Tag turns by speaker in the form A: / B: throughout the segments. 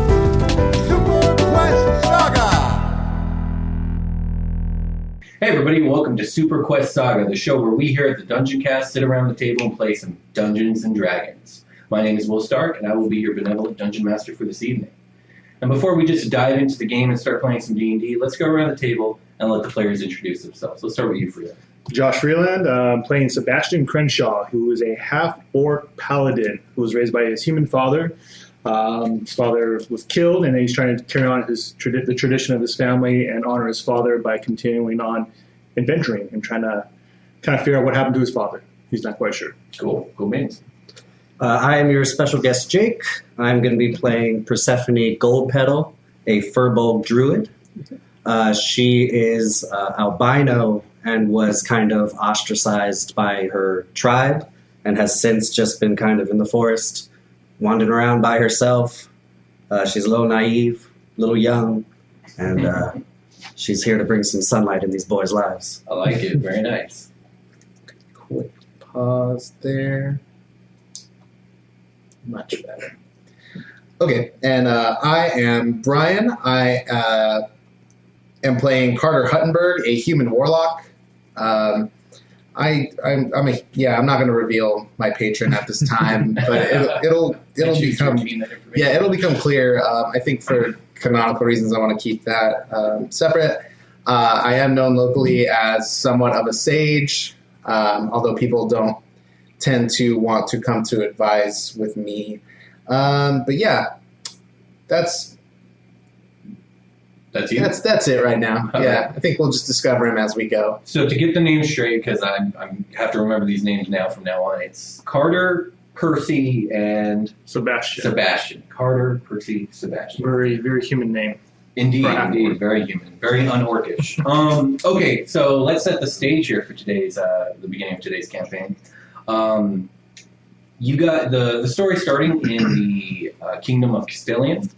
A: Super Quest Saga!
B: Hey everybody, and welcome to Super Quest Saga, the show where we here at the Dungeon Cast sit around the table and play some Dungeons and Dragons. My name is Will Stark, and I will be your benevolent dungeon master for this evening. And before we just dive into the game and start playing some D&D, let's go around the table and let the players introduce themselves. Let's start with you, Frida.
C: Josh Freeland uh, playing Sebastian Crenshaw, who is a half orc paladin who was raised by his human father. Um, his father was killed, and he's trying to carry on his tradi- the tradition of his family and honor his father by continuing on adventuring and trying to kind of figure out what happened to his father. He's not quite sure.
B: Cool, cool beans.
D: Uh, I am your special guest, Jake. I'm going to be playing Persephone Goldpetal, a furball druid. Uh, she is uh, albino and was kind of ostracized by her tribe and has since just been kind of in the forest, wandering around by herself. Uh, she's a little naive, a little young, and uh, she's here to bring some sunlight in these boys' lives.
B: I like it, very nice.
D: Quick pause there.
E: much better. Okay, and uh, I am Brian. I uh, am playing Carter Huttenberg, a human warlock. Um, I, I'm, I'm a, yeah, I'm not going to reveal my patron at this time, but it'll it'll, it'll
B: Actually,
E: become
B: between that information.
E: yeah, it'll become clear. Um, I think for canonical reasons, I want to keep that um, separate. Uh, I am known locally as somewhat of a sage, um, although people don't tend to want to come to advise with me. Um, but yeah, that's
B: That's you.
E: that's that's it right now.
B: All
E: Yeah, I think we'll just discover him as we go.
B: So to get the names straight, because I am have to remember these names now from now on, it's Carter, Percy, and
C: Sebastian.
B: Sebastian. Carter, Percy, Sebastian.
C: Very, very human name.
B: Indeed,
C: Perhaps.
B: indeed, very human, very unorcish. um, okay, so let's set the stage here for today's uh, the beginning of today's campaign. Um, you got the the story starting in the uh, kingdom of Castilian,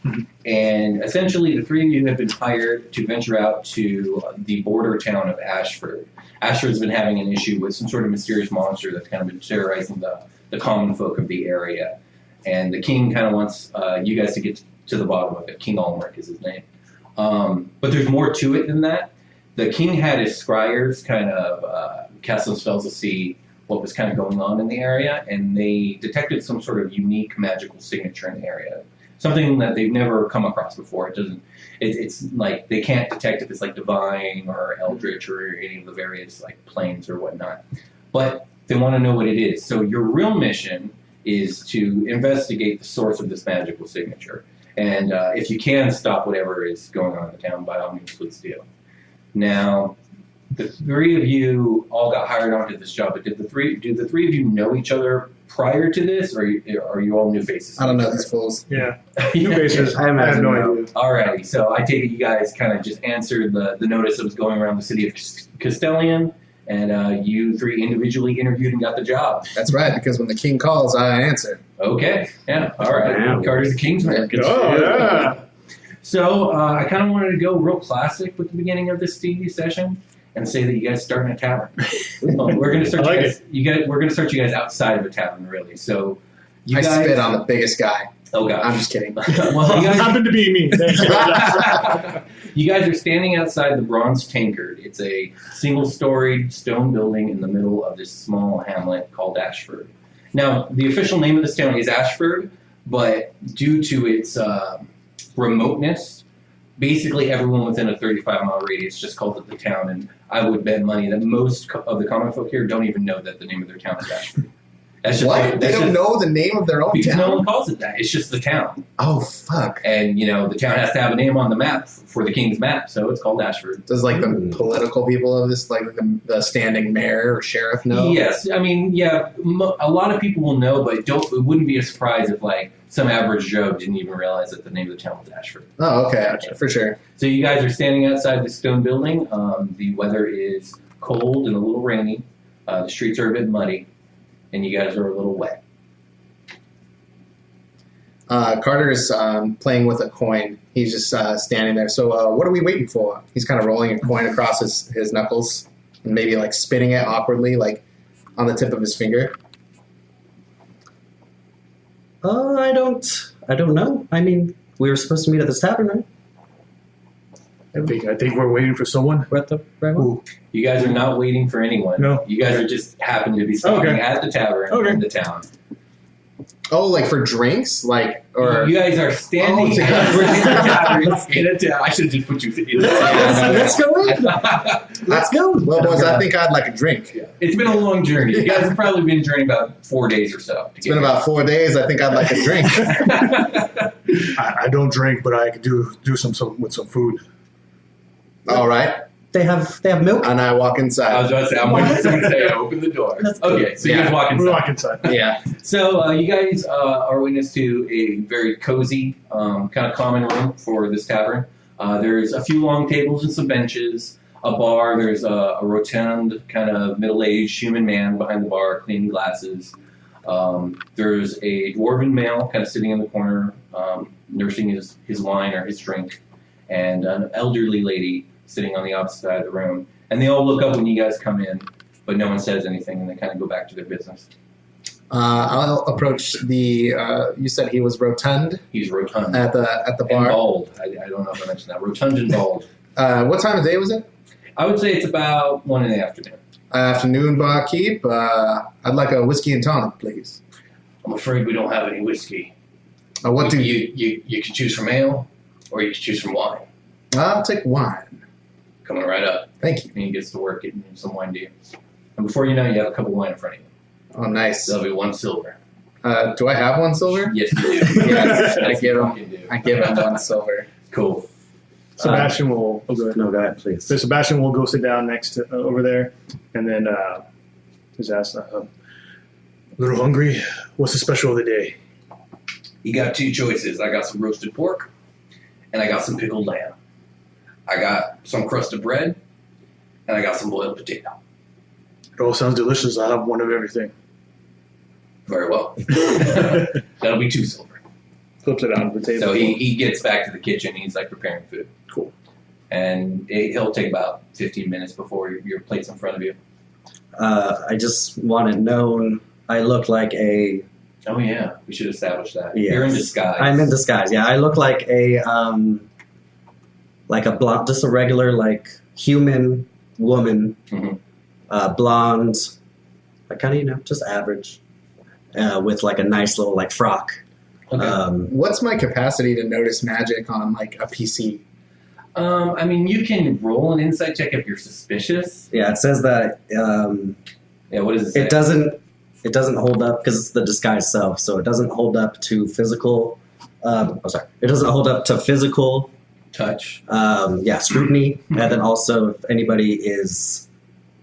B: and essentially the three of you have been hired to venture out to the border town of Ashford. Ashford's been having an issue with some sort of mysterious monster that's kind of been terrorizing the the common folk of the area, and the king kind of wants uh, you guys to get to the bottom of it. King Almeric is his name. Um, but there's more to it than that. The king had his scryers kind of uh, cast some spells to see what was kind of going on in the area, and they detected some sort of unique magical signature in the area, something that they've never come across before. It doesn't. It, it's like they can't detect if it's like divine or eldritch or any of the various like planes or whatnot, but they want to know what it is. So your real mission is to investigate the source of this magical signature. And uh, if you can stop whatever is going on in the town, by all means, please do. Now, the three of you all got hired onto this job, but did the three do the three of you know each other prior to this, or are you all new faces?
E: I don't know these fools.
C: Yeah.
B: Yeah.
C: New bases.
D: I
C: I, have
D: imagine
C: no
D: no.
C: idea.
B: Alrighty, so I take it you guys kind of just answered the, the notice that was going around the city of Cas- Castellian, and uh, you three individually interviewed and got the job.
E: That's right, because when the king calls, I answer.
B: Okay, yeah, all right.
D: Wow.
B: Carter's a Kingsman. Good
C: Oh,
B: shit.
C: yeah.
B: So uh, I kind of wanted to go real classic with the beginning of this TV session and say that you guys start in a tavern. Um, we're gonna start
C: I like
B: you, guys, you guys. We're gonna start you guys outside of a tavern, really. So you
E: I
B: guys.
E: spit on the biggest guy.
B: oh god.
E: I'm just kidding.
B: well, you guys
C: happened to be me.
B: you guys are standing outside the Bronze Tankard. It's a single storied stone building in the middle of this small hamlet called Ashford. Now, the official name of this town is Ashford, but due to its uh, remoteness, basically everyone within a 35 mile radius just calls it the town. And I would bet money that most co- of the common folk here don't even know that the name of their town is Ashford. That's just
E: What? They
B: that's
E: don't
B: just-
E: know the name of their own
B: because
E: town.
B: no one calls it that. It's just the town,
E: Oh fuck!
B: and you know the town has to have a name on the map for the king's map, so it's called Ashford.
E: Does like the
D: Hmm.
E: political people of this, like the, the standing mayor or sheriff, know?
B: Yes, I mean, yeah, mo- a lot of people will know, but don't. It wouldn't be a surprise if like some average Joe didn't even realize that the name of the town was Ashford.
E: Oh, okay, for sure.
B: So you guys are standing outside the stone building. Um, the weather is cold and a little rainy. Uh, the streets are a bit muddy, and you guys are a little wet.
E: Uh, Carter's um, playing with a coin. He's just uh, standing there. So, uh, what are we waiting for? He's kind of rolling a coin across his, his knuckles and maybe like spinning it awkwardly, like on the tip of his finger.
D: Uh, I don't. I don't know. I mean, we were supposed to meet at this tavern, right?
C: I think I think we're waiting for someone.
D: We're at the right one.
C: Ooh,
B: You guys are not waiting for anyone.
C: No.
B: You guys are just happen to be stopping
C: Okay.
B: at the tavern
C: Okay.
B: in the town.
E: Oh, like for drinks, like or
B: you guys are standing.
E: Oh,
B: at- we're in the tavern.
C: in a town.
B: I should have just put you in
D: let's, let's go in. Let's go.
E: Well, boys, I think I'd like a drink.
B: It's been a long journey. You guys have probably been journeying about four days or so.
E: It's been about four days. I think I'd like a drink.
C: I, I don't drink, but I could do do some, some with some food.
E: All right,
D: They have they have milk.
E: and I walk
B: I
E: inside.
B: was about to say, I'm waiting for someone to say, open the door. Okay, so you
E: Yeah.
B: guys walk
C: We're
B: inside.
C: walking inside.
E: Yeah,
B: So uh, you guys uh, are witness to a very cozy, um, kind of common room for this tavern. Uh, there's a few long tables and some benches, a bar. There's a, a rotund, kind of middle-aged human man behind the bar, cleaning glasses. Um, there's a dwarven male, kind of sitting in the corner, um, nursing his, his wine or his drink, and an elderly lady sitting on the opposite side of the room. And they all look up when you guys come in, but no one says anything, and they kind of go back to their business.
E: uh, I'll approach the. Uh, you said he was rotund
B: He's rotund.
E: at the at the
B: and
E: bar.
B: bald. I, I don't know if I mentioned that. Rotund and bald.
E: Uh, what time of day was it? Uh,
B: I would say it's about one in the afternoon.
E: Afternoon, barkeep. Uh, I'd like a whiskey and tonic, please.
B: I'm afraid we don't have any whiskey.
E: Uh, what do you?
B: you, you you can choose from ale or you can choose from wine.
E: I'll take wine.
B: Coming right up.
E: Thank you.
B: And he gets to work getting him some wine to you. And before you know it, you have a cup of wine in front of you.
E: Oh, nice.
B: There'll be one silver.
E: Uh, do I have one silver?
B: Yes, you do.
E: Yes, I
B: Yes,
E: give
B: you
E: him.
B: fucking do.
E: I give him one silver.
B: Cool.
C: Sebastian will. Oh, go ahead.
D: No, go ahead, please.
C: So Sebastian will go sit down next to uh, over there, and then uh, just ask, uh, "A little hungry? What's the special of the day?"
B: You got two choices. I got some roasted pork, and I got some pickled lamb. I got some crust of bread, and I got some boiled potato.
C: It all sounds delicious. I'll have one of everything.
B: Very well. That'll be two silver.
C: Flips it out of the table.
B: So he, he gets back to the kitchen. He's like preparing food.
C: Cool.
B: And it, he'll take about 15 minutes before your, your plate's in front of you.
D: Uh, I just want it known. I look like a.
B: Oh, yeah. We should establish that.
D: Yes.
B: You're in disguise.
D: I'm in disguise. Yeah, I look like a um, like a blonde, just a regular like human woman,
B: Mhm.
D: uh, blonde, like kind of you know just average, uh, with like a nice little like frock.
B: Okay.
D: Um,
E: What's my capacity to notice magic on like a PC?
B: um, I mean, you can roll an insight check if you're suspicious.
D: yeah, it says that um,
B: Yeah, what does it say?
D: it doesn't it doesn't hold up because it's the disguise self, so it doesn't hold up to physical. Um, oh, sorry, it doesn't hold up to physical
B: Touch.
D: um, yeah, scrutiny, and then also if anybody is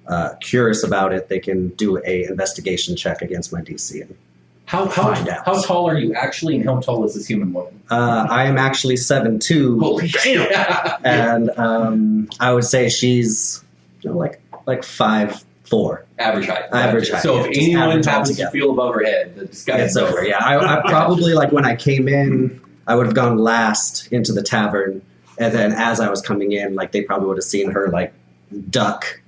D: uh, curious about it, they can do a investigation check against my DC.
B: How, how,
D: Find out.
B: how tall are you actually, and how tall is this human woman?
D: Uh, I am actually seven two,
B: Holy damn!
D: and um, I would say she's you know, like like five four.
B: average height.
D: Average height,
B: So if
D: yeah, just
B: anyone
D: average
B: happens to
D: altogether.
B: feel above her head, the disguise
D: It's
B: is
D: over. Yeah, I, I probably like when I came in, I would have gone last into the tavern, and then as I was coming in, like they probably would have seen her like duck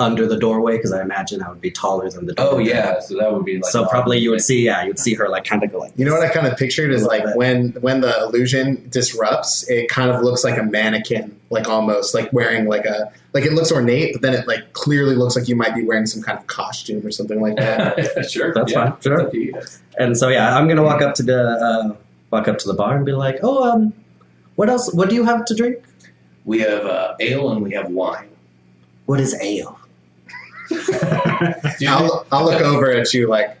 D: under the doorway because I imagine that would be taller than the doorway.
B: Oh yeah, so that would be like
D: so probably you would see, yeah, you'd see her like kind of go like.
E: You know what I kind of pictured is
D: A little
E: like
D: bit.
E: when when the illusion disrupts, it kind of looks like a mannequin, like almost like wearing like a like it looks ornate, but then it like clearly looks like you might be wearing some kind of costume or something like that.
B: sure,
D: That's
B: yeah.
D: fine. Sure.
B: It's up to you guys.
D: And so yeah, I'm gonna walk up to the uh, walk up to the bar and be like, oh, um, what else? What do you have to drink?
B: We have uh, ale and we have wine.
D: What is ale?
B: Do you-
E: I'll I'll look over at you like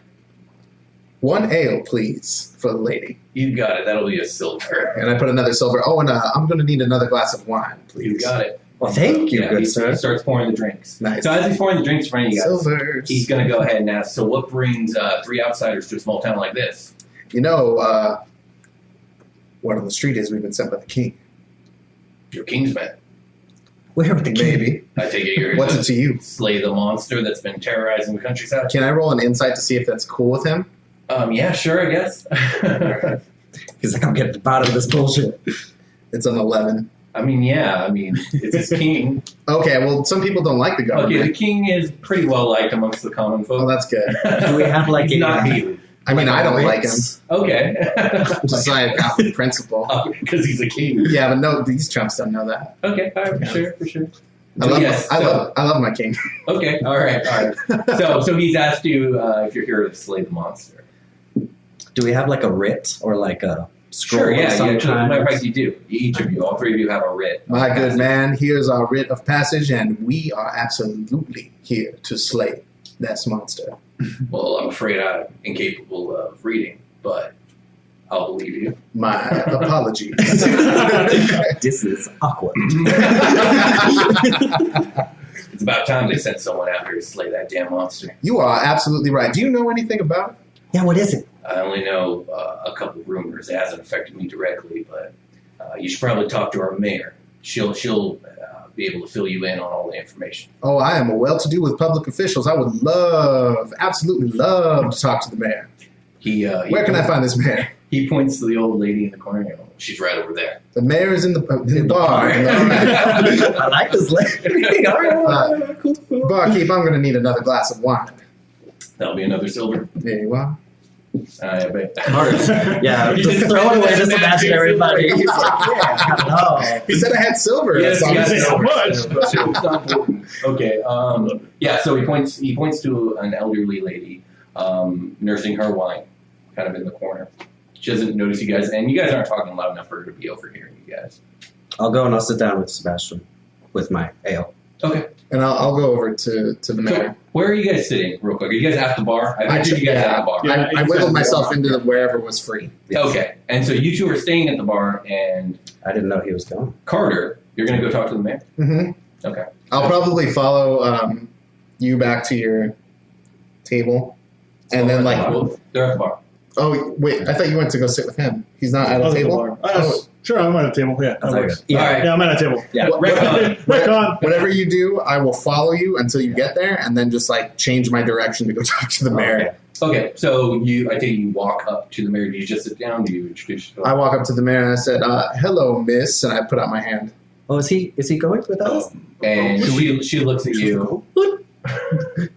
E: one ale, please, for the lady,
B: You've got it. That'll be a silver.
E: and I put another silver. Oh, and uh, I'm going to need another glass of wine, please.
B: You've got it.
D: Well, "Oh, thank you,
B: Yeah,
D: good
B: he,
D: sir.
B: He starts pouring the drinks.
E: Nice.
B: So as he's pouring the drinks for you guys,
E: Silvers.
B: he's going to go ahead and ask. So what brings uh, three outsiders to a small town like this?
E: You know, uh, word on the street is we've been sent by the king.
B: You're Kingsmen.
D: Where are the king?
E: Maybe.
B: I take it you're
E: What's it to you?
B: slay the monster that's been terrorizing the countryside.
E: Can I roll an insight to see if that's cool with him?
B: Um, yeah, sure, I guess.
D: He's like, I'm getting to the bottom of this bullshit.
E: It's an 11.
B: I mean, yeah, I mean, it's his king.
E: Okay, well, some people don't like the
B: Okay, the
E: government.
B: king is pretty well liked amongst the common
E: Well,
B: folk.
E: that's good.
D: Do we have like
B: He's
D: a
B: not hated.
E: I mean, I don't
D: um,
E: like him.
B: Okay.
E: Just like out of principle.
B: Because he's a king.
E: Yeah, but no, these chumps don't know that.
B: Okay, all right, for sure, for sure.
E: I
B: So
E: love,
B: yes,
E: I
B: so-
E: love, I love my king.
B: Okay, all right, all right. So, so he's asked you uh, if you're here to slay the monster.
D: Do we have like a writ or like a scroll?
B: Sure,
D: of
B: yeah,
D: some
B: yeah. Sure.
D: kind?
B: Matter of fact, you do. Each of you, all three of you, have a writ.
E: My good man, here's our writ of passage, and we are absolutely here to slay this monster.
B: Well, I'm afraid I'm incapable of reading, but I'll believe you.
E: My apologies.
D: this is awkward.
B: It's about time they sent someone out here to slay that damn monster.
E: you are absolutely right. Do you know anything about it?
D: Yeah, what is it?
B: I only know uh, a couple rumors. It hasn't affected me directly, but uh, you should probably talk to our mayor. She'll she'll uh, be able to fill you in on all the information.
E: Oh, I am well-to-do with public officials. I would love, absolutely love to talk to the mayor.
B: He, uh, he
E: Where can I find this mayor?
B: He points to the old lady in the corner. and, "Oh, She's right over there.
E: The mayor is in the, uh, in the bar.
B: bar.
D: I like this lady. All right, all right, all right, cool, cool.
E: Barkeep, I'm going to need another glass of wine.
B: That'll be another silver.
E: There you are.
B: I bet.
D: Yeah,
B: You
D: just
B: just
D: throw it away. Just
B: imagine it's
D: imagine everybody.
B: like-
D: He's like, yeah, hello.
E: He said I had silver.
B: Yes,
E: That's
B: he
E: all
B: has
E: he said.
C: so much.
B: okay. Um, yeah. So he points. He points to an elderly lady um, nursing her wine, kind of in the corner. She doesn't notice you guys, and you guys aren't talking loud enough for her to be overhearing you guys.
D: I'll go and I'll sit down with Sebastian with my ale.
B: Okay.
E: And I'll, I'll go over to, to
B: So
E: the mayor.
B: where are you guys sitting, real quick? Are you guys at the bar? I pictured you guys at the bar.
C: Yeah,
E: I, I
C: he's
E: wiggled
C: at the
E: myself
C: bar.
E: into the wherever was free.
B: Okay. And so you two are staying at the bar, and
D: I didn't know he was gone.
B: Carter, you're going to go talk to the mayor.
E: hmm
B: Okay.
E: I'll probably follow um, you back to your table. And then, like,
B: Well, they're at the bar.
E: oh, wait, I thought you went to go sit with him. He's not at
C: I
E: a
C: was at the
E: table?
C: bar. Uh, Sure, I'm at a table. Yeah, that
D: That's all
C: works.
D: good. Yeah.
B: All right.
C: Yeah, I'm at a table.
D: Yeah.
E: What-
B: Retcon.
C: Retcon.
E: Whatever you do, I will follow you until you get there, and then just like change my direction to go talk to the mayor.
B: Okay, so you, I think you walk up to the mayor. Do you just sit down? Do you introduce yourself?
E: I walk up to the mayor and I said, uh, "Hello, Miss," and I put out my hand.
D: Oh, is he is he going with us?
B: and she, she looks at you.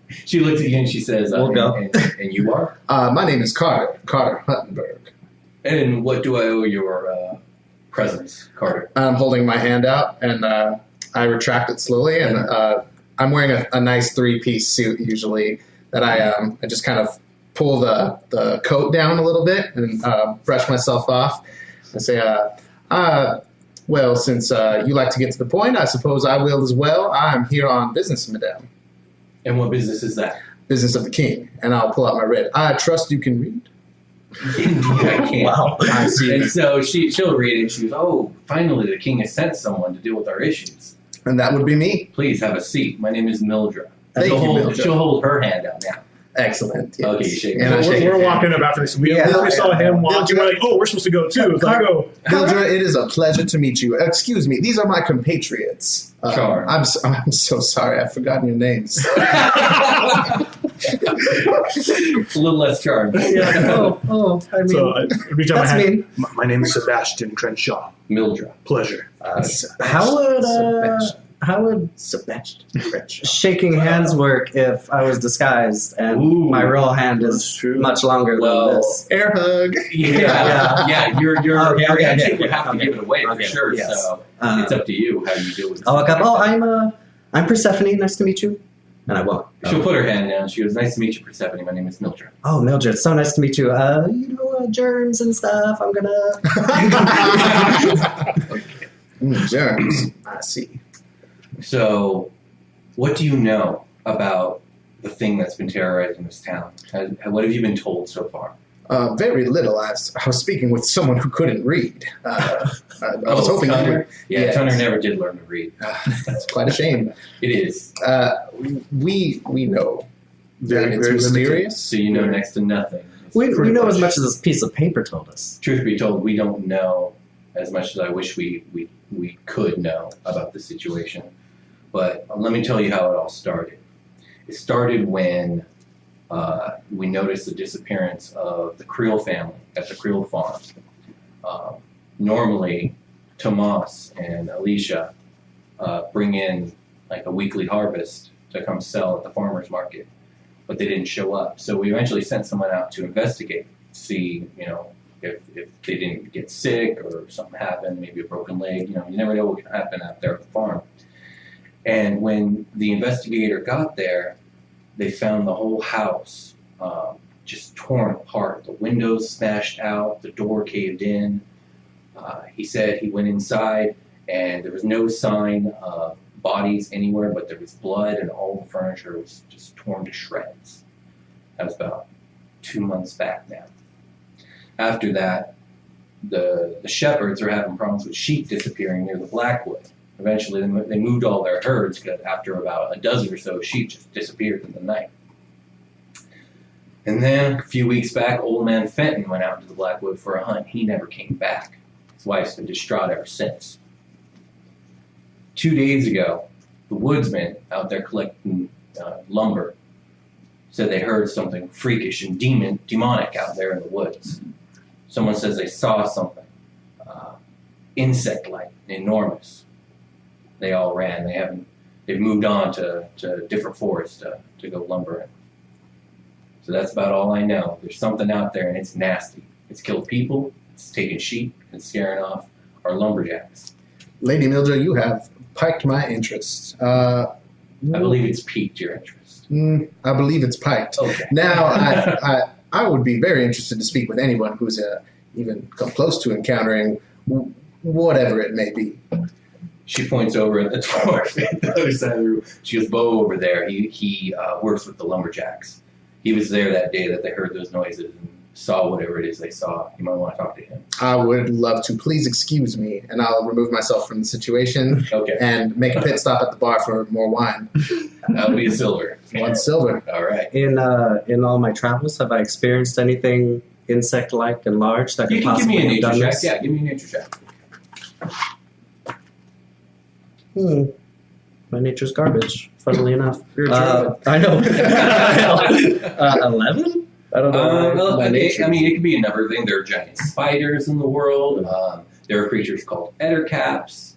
B: she looks at you and she says, uh,
D: We'll go.
B: and, and, and you are?
E: Uh, my name is Carter Carter Huttenberg,
B: And what do I owe your uh, presence, Carter?
E: and I'm holding my hand out, and uh, I retract it slowly, and uh, I'm wearing a, a nice three piece suit usually that I um, I just kind of pull the, the coat down a little bit and uh, brush myself off, and say, uh, uh, "Well, since uh, you like to get to the point, I suppose I will as well. I'm here on business, Madame."
B: And what business is that?
E: Business of the King, and I'll pull out my red. I trust you can read.
B: I can't.
D: Wow.
E: I see.
B: And so she, she'll read it. She goes, Oh, finally, the king has sent someone to deal with our issues.
E: And that would be me.
B: Please have a seat. My name is Mildra.
E: Thank
B: she'll,
E: you,
B: hold,
E: Mildred.
B: she'll hold her hand out now.
E: Excellent. yes.
B: Okay, you shake
E: And I
C: So we're,
E: shake your
C: we're
E: hand.
C: walking up after this. We,
E: Yeah.
C: we saw him
E: Yeah.
C: walking. We're like, oh, we're supposed to go too. It's like, oh,
E: Hildra, it is a pleasure to meet you. Excuse me, these are my compatriots. Uh,
B: Sure.
E: I'm, so, I'm so sorry, I've forgotten your names.
B: a little less charmed.
D: Oh, oh, I mean,
C: so I reach out my
D: that's
C: hand.
D: mean.
C: My, my name is Sebastian Crenshaw.
B: Mildra.
C: Pleasure.
D: How would uh,
E: Sebastian.
D: how would
E: Sebastian French.
D: shaking hands work if I was disguised and
B: Ooh,
D: my real hand
C: that's
D: is
C: true.
D: much longer
B: Well,
D: than this?
E: Air hug.
B: Yeah,
D: Yeah.
B: yeah, you're you're,
D: Okay,
B: you're
D: okay,
B: actually
D: okay.
B: would have to
D: Okay.
B: give it away
D: Okay,
B: for sure.
D: yes.
B: So
D: Uh,
B: it's up to you how you deal with.
D: I'll look up. Oh, I'm uh, I'm Persephone. Nice to meet you. And I won't.
B: She'll put her hand down. She goes, "Nice to meet you, Persephone. My name is Mildred."
D: Oh, Mildred, so nice to meet you. Uh, you know, uh, germs and stuff. I'm gonna.
E: Mm, germs. I see.
B: So, what do you know about the thing that's been terrorizing this town? Uh, What have you been told so far?
E: Uh, very little. I was, I was speaking with someone who couldn't read. Uh, I, I was
B: Oh,
E: hoping you would.
B: Tunner. Yeah,
E: Yes.
B: Tunner never did learn to read.
E: It's quite a shame.
B: It is
E: Uh, we we know that
C: Very,
E: it's
C: very limited.
E: mysterious.
B: so you know next to nothing.
D: We, we
C: Pretty
D: know
C: much.
D: as much as this piece of paper told us.
B: Truth be told, we don't know as much as I wish we we we could know about the situation. But let me tell you how it all started. It started when uh, we noticed the disappearance of the Creel family at the Creel farm. Um, normally, Tomas and Alicia uh, bring in like a weekly harvest to come sell at the farmers market, but they didn't show up. So we eventually sent someone out to investigate, see you know if, if they didn't get sick or something happened, maybe a broken leg. You know, you never know what can happen out there at the farm. And when the investigator got there, they found the whole house um, just torn apart. The windows smashed out, the door caved in. Uh, he said he went inside and there was no sign of bodies anywhere, but there was blood and all the furniture was just torn to shreds. That was about two months back now. After that, the, the shepherds are having problems with sheep disappearing near the Blackwood. Eventually, they mo- they moved all their herds because after about a dozen or so, sheep just disappeared in the night. And then a few weeks back, old man Fenton went out to the Blackwood for a hunt. He never came back. His wife's been distraught ever since. Two days ago, the woodsman out there collecting uh, lumber said they heard something freakish and demon, demonic out there in the woods. Someone says they saw something uh, insect-like, and enormous. They all ran. They haven't. They've moved on to, to different forests to, to go lumbering. So that's about all I know. There's something out there, and it's nasty. It's killed people. It's taken sheep and scaring off our lumberjacks.
E: Lady Mildred, you have piqued my interest. Uh,
B: I believe it's piqued your interest.
E: mm, I believe it's piked.
B: Okay.
E: Now, I, I, I would be very interested to speak with anyone who's uh, even come close to encountering w- whatever it may be.
B: She points over at the dwarf at the other side of the room. She goes, Bo over there, he, he uh, works with the lumberjacks. He was there that day that they heard those noises and saw whatever it is they saw. You might want to talk to him.
E: I would love to please excuse me, and I'll remove myself from the situation
B: Okay,
E: and make a pit stop at the bar for more wine.
B: that'll be a silver.
E: One silver.
B: All right.
D: In uh, in all my travels, have I experienced anything insect-like and large that
B: You
D: could
B: can give
D: possibly
B: me a
D: have done
B: nature check.
D: this?
B: Yeah, give me a nature check.
D: Hmm. My nature's garbage. Funnily enough,
E: You're a
D: uh, I know. uh, Eleven. I don't
B: Um,
D: know.
B: well,
D: my
B: it-
D: nature.
B: I mean, it could be another thing. There are giant spiders in the world. Um, there are creatures called ettercaps.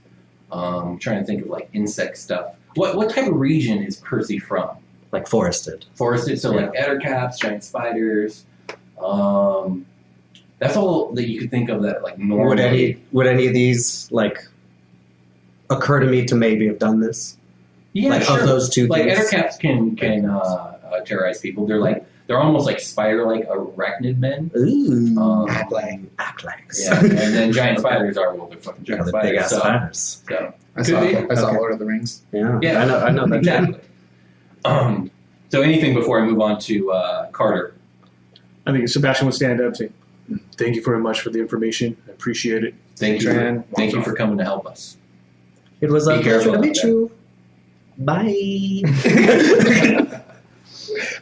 B: Um, I'm trying to think of like insect stuff. What what type of region is Percy from?
D: like forested.
B: Forested, so like ettercaps, giant spiders. Um, that's all that you could think of that like normally.
D: Would any would any of these like occur to me to maybe have done this?
B: yeah,
D: like
B: sure.
D: of those two
B: like
D: things.
B: ettercaps can can uh, uh, terrorize people. They're like they're almost like spider like arachnid men.
D: Ooh,
B: Um,
E: Uh,
D: Aklax.
B: yeah, and then giant spiders are well, they're fucking
D: Yeah,
B: giant
D: the big
B: spiders.
D: ass
B: So,
D: spiders.
B: so
E: I saw,
B: Could be.
E: I saw
D: Okay.
E: Lord of the Rings.
D: Yeah,
B: Yeah.
D: I know. I know that.
B: Exactly. Um, so anything before I move on to uh, Carter?
C: I think Sebastian would stand up and say, Thank you very much for the information. I appreciate it.
B: Thank you.
E: Tran,
B: thank you for coming to help us.
D: It was
B: Be
D: a pleasure
B: careful
D: to
B: out
D: meet
B: there.
D: you. Bye.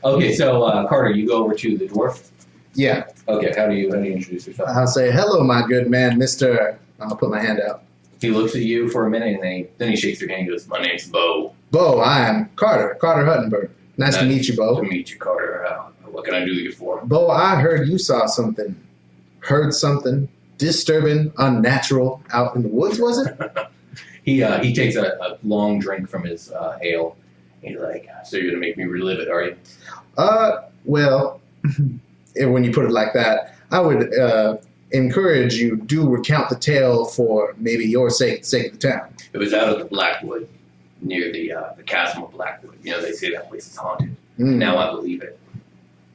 B: Okay, so uh, Carter, you go over to the dwarf.
E: Yeah,
B: Okay, how do you how do you introduce yourself?
E: I'll say hello, my good man, Mister. I'll put my hand out.
B: He looks at you for a minute, and then he, then he shakes your hand. and goes, "My name's Bo.
E: Bo, I am Carter. Carter Huttenberg. Nice to
B: Nice.
E: meet you,
B: Nice to
E: Bo.
B: meet you, Carter. Uh, what can I do you for?"
E: Bo, I heard you saw something, heard something disturbing, unnatural out in the woods. Was it?
B: He uh, he takes a, a long drink from his uh, ale. He's like, "Uh, "So you're gonna make me relive it, are you?"
E: Uh, well, eh, when you put it like that, I would uh, encourage you do recount the tale for maybe your sake, the sake of the town.
B: It was out of the Blackwood, near the uh, the chasm of Blackwood. You know, they say that place is haunted.
E: Mm.
B: Now I believe it.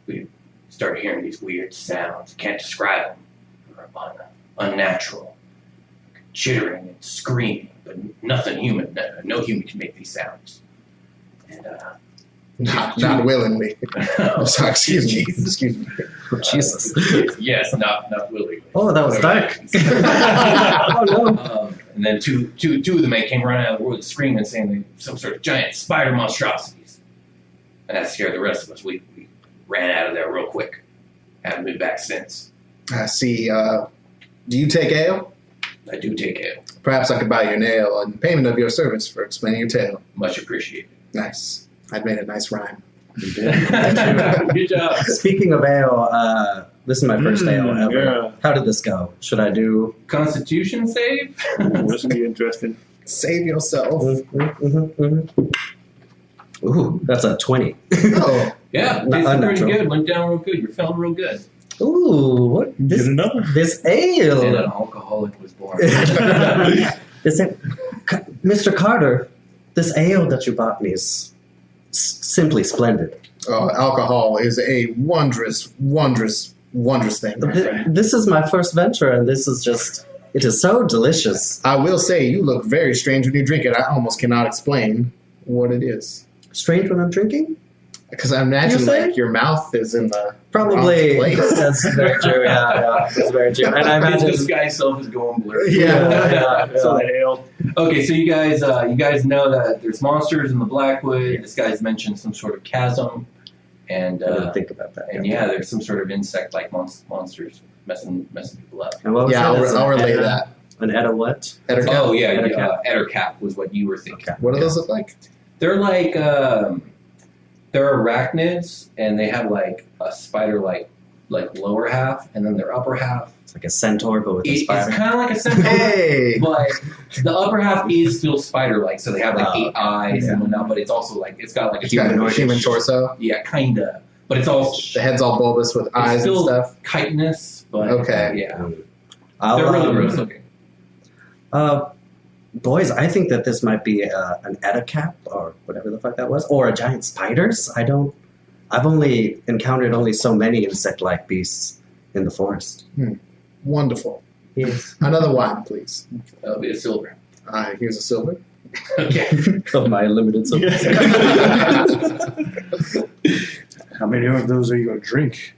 B: We start hearing these weird sounds. Can't describe them. They're un- unnatural, chittering and screaming, but nothing human. No, no human can make these sounds. And
E: not, not willingly.
B: uh,
E: I'm sorry, excuse me.
B: Jesus.
E: Excuse me.
D: Oh, Jesus.
B: yes, not not willingly.
D: Oh, that was dark.
E: Oh,
B: Um, and then two, two, two of the men came running out of the woods screaming, saying they some sort of giant spider monstrosities. And that scared the rest of us. We, we ran out of there real quick. Haven't been back since.
E: I see. Uh, do you take ale?
B: I do take ale.
E: Perhaps I could buy you an ale in payment of your service for explaining your tale.
B: Much appreciated.
E: Nice. I'd made a nice rhyme.
B: Good job.
D: Speaking of ale, uh, this is my first
C: Mm,
D: ale ever.
C: yeah.
D: How did this go? Should I do?
B: Constitution save?
C: Ooh, this would be interesting.
E: Save yourself.
D: Mm-hmm, Ooh, that's a twenty.
E: Oh,
B: yeah,
D: Not
B: tasted pretty
D: unnatural.
B: good. Went down real good. You're feeling real good.
D: Ooh, what
C: Get
D: this
C: another.
D: this
B: And an
D: ale?
B: alcoholic was born.
D: This ain't- Ca- Mr. Carter, this ale that you bought me is s- simply splendid.
E: oh, alcohol is a wondrous, wondrous, wondrous thing. my
D: Th-
E: friend.
D: This is my first venture, and this is just. It is so delicious.
E: I will say you look very strange when you drink it. I almost cannot explain what it is.
D: Strange when I'm drinking?
E: Because I imagine
D: You say?
E: like your mouth is in the
D: Probably.
E: wrong place.
D: That's very true. Yeah, yeah, that's very true. And I imagine.
B: this guy's self is going blurry.
E: Yeah.
D: yeah,
C: So
D: yeah.
C: that ale.
B: Okay, so you guys, uh, you guys know that there's monsters in the Blackwood. This guy's mentioned some sort of chasm, and
D: I didn't
B: uh,
D: think about that.
B: and yeah, there's some sort of insect-like mon- monsters messing messing people up.
D: And what was
E: Yeah,
D: Oh, that?
E: I'll,
D: It's an
E: I'll relay
D: Edda-
E: that.
D: An Edda what?
E: Etiquette.
B: Oh yeah,
D: Ettercap.
B: yeah, uh, Ettercap was what you were thinking.
D: Okay.
E: What do those look like?
B: They're like um, they're arachnids, and they have like a spider-like like lower half, and then their upper half.
D: It's like a centaur, but with
B: It-
D: a
B: it's
D: spider.
B: kind of like a centaur,
E: Hey!
B: but the upper half is still spider-like. So they have like
D: Oh,
B: eight
D: okay.
B: eyes
D: Yeah.
B: and whatnot, but it's also like it's got like a
E: It's got a
B: humanoid.
E: human torso.
B: Yeah, kinda. But it's all
E: The head's all bulbous with eyes
B: still-
E: and stuff.
B: chitinous, but
E: Okay.
B: yeah.
D: Um, I'll,
B: They're really
D: um,
B: gross looking.
D: Uh, boys, I think that this might be uh, an Edda cap or whatever the fuck that was, or a giant spiders. I don't. I've only encountered only so many insect-like beasts in the forest.
E: Wonderful.
D: Yes.
E: Another wine, please.
B: That'll be a silver.
E: Uh, here's a silver.
B: Okay.
D: of my limited supply.
E: Uh,
C: How many of those are you going to drink?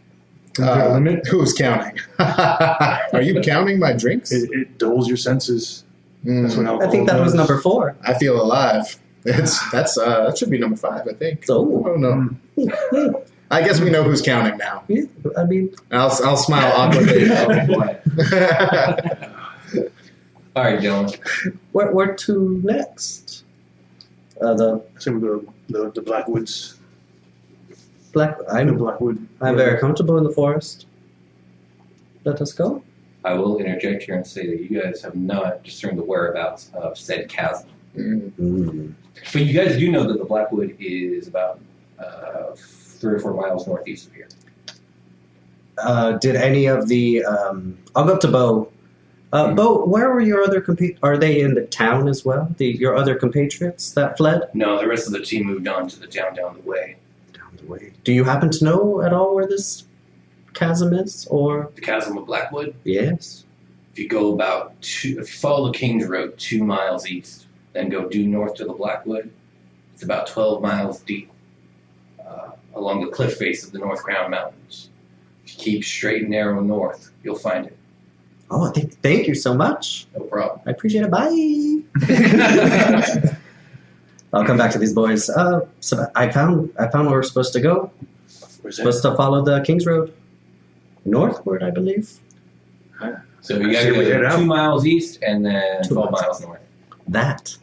C: Is there a
E: Uh,
C: limit?
E: who's counting? Are you counting my drinks?
C: It, it dulls your senses. That's what
E: Mm,
D: I
C: alcohol
D: think that
C: does.
D: was number four.
E: I feel alive. It's, that's uh, that should be number five, I think.
D: So hmm.
E: Oh no! I guess we know who's counting now.
D: yeah, I mean,
E: I'll I'll smile awkwardly.
B: Oh, boy. All right, gentlemen.
D: where where to next? Uh, the
C: So we go to the, the Blackwoods.
D: black.
C: The
D: I'm
C: Blackwood.
D: I'm very comfortable in the forest. Let us go.
B: I will interject here and say that you guys have not discerned the whereabouts of said chasm.
E: Mm,
B: But you guys do know that the Blackwood is about uh, three or four miles northeast of here.
D: Uh, did any of the um, I'll go up to Bo. Uh,
B: Mhm.
D: Bo, where were your other compa- Are they in the town as well? The your other compatriots that fled
B: No, the rest of the team moved on to the town down the way.
D: down the way. Do you happen to know at all where this chasm is? Or
B: The chasm of Blackwood.
D: yes,
B: If you go about two, if you follow the King's Road two miles east, then go due north to the Blackwood, it's about 12 miles deep uh, along the cliff face of the North Crown Mountains. If you keep straight and narrow north, you'll find it.
D: oh, I think, thank you so much.
B: No problem.
D: I appreciate it. Bye.
B: okay.
D: I'll come back to these boys. Uh, so I found I found where we're supposed to go.
C: Where's that?
D: Supposed to follow the King's Road northward, I believe.
B: So you
C: I
B: gotta
C: say we head
B: go
C: out.
B: two miles east and then
D: Two
B: 12
D: miles.
B: miles north.
D: That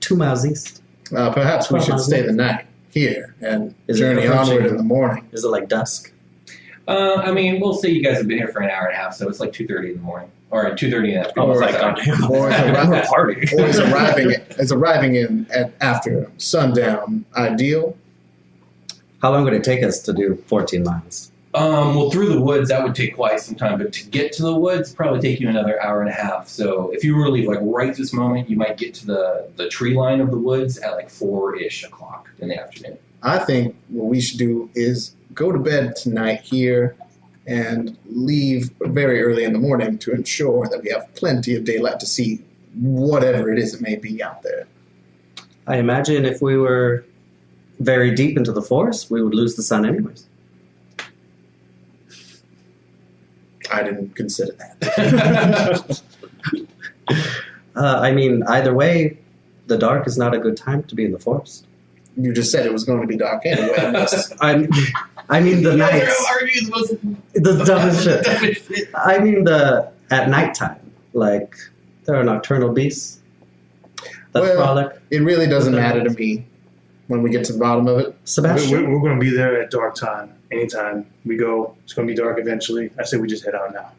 D: two miles east.
E: uh, perhaps we should stay the night here and
D: Is it
E: journey
D: approaching-
E: onward in the morning.
D: Is it like dusk?
B: Uh, I mean, we'll say you guys have been here for an hour and a half, so it's like two thirty in the morning or two thirty in the
D: I was
B: afternoon.
D: like,
B: sorry.
D: God damn.
E: Or it's a
D: We're
E: rough-
D: party.
E: Or is arriving is arriving in at after sundown ideal?
D: How long would it take us to do 14 miles?
B: Um, well, through the woods, that would take quite some time, but to get to the woods, probably take you another hour and a half. So if you were to leave like right this moment, you might get to the, the tree line of the woods at like four ish o'clock in the afternoon.
E: I think what we should do is go to bed tonight here and leave very early in the morning to ensure that we have plenty of daylight to see whatever it is it may be out there.
D: I imagine if we were very deep into the forest, we would lose the sun anyways.
E: I didn't consider that.
D: Uh, I mean, either way, the dark is not a good time to be in the forest.
E: You just said it was going to be dark anyway.
D: I'm, I mean, the nights,
B: Arguing the most
D: the dumbest shit.
B: dumbest shit.
D: I mean, the at nighttime, like there are nocturnal beasts that
E: Well-
D: frolic.
E: it really doesn't matter to me when we get to the bottom of it.
D: Sebastian,
C: We're, we're going to be there at dark time. Anytime we go, it's going to be dark eventually. I say we just head out now.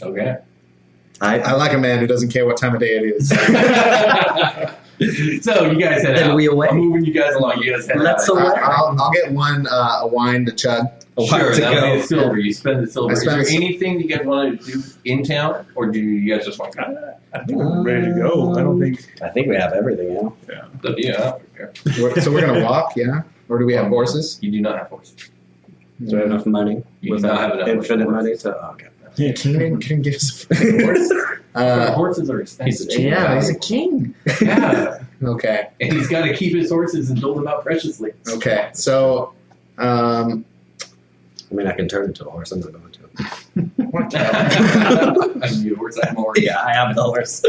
B: Okay.
D: I,
E: I like a man who doesn't care what time of day it is.
B: so you guys head
D: Then
B: out.
D: we away.
B: I'm moving you guys along. You guys head
D: Let's
B: out.
D: away.
E: I- I'll, I'll get one uh, a wine to chug.
D: a while
B: Sure,
D: to
B: that
D: go.
B: way it's silver. You spend the silver.
E: I
B: Is
E: spend
B: there
E: the sil-
B: anything you guys want to do in town, or do you guys just want to?
C: I think we're ready to go. I don't think.
D: I think we have everything now.
B: Yeah,
E: We're- so we're gonna walk, yeah? Or do we have horses?
B: you do not have horses.
D: Do we have enough money?
B: You
D: With
B: do not have enough
D: infinite
B: money.
D: money to. Oh, okay.
E: Can you, can you give us a fucking horse? Uh,
B: horses are expensive.
E: yeah, he's a king.
B: yeah,
E: Okay,
B: and he's got to keep his horses and build them up preciously.
E: okay. So, um,
D: I mean, I can turn into a horse. I'm not going to.
E: what the hell?
B: I'm your horse. I'm a horse.
D: Yeah, I have the horse.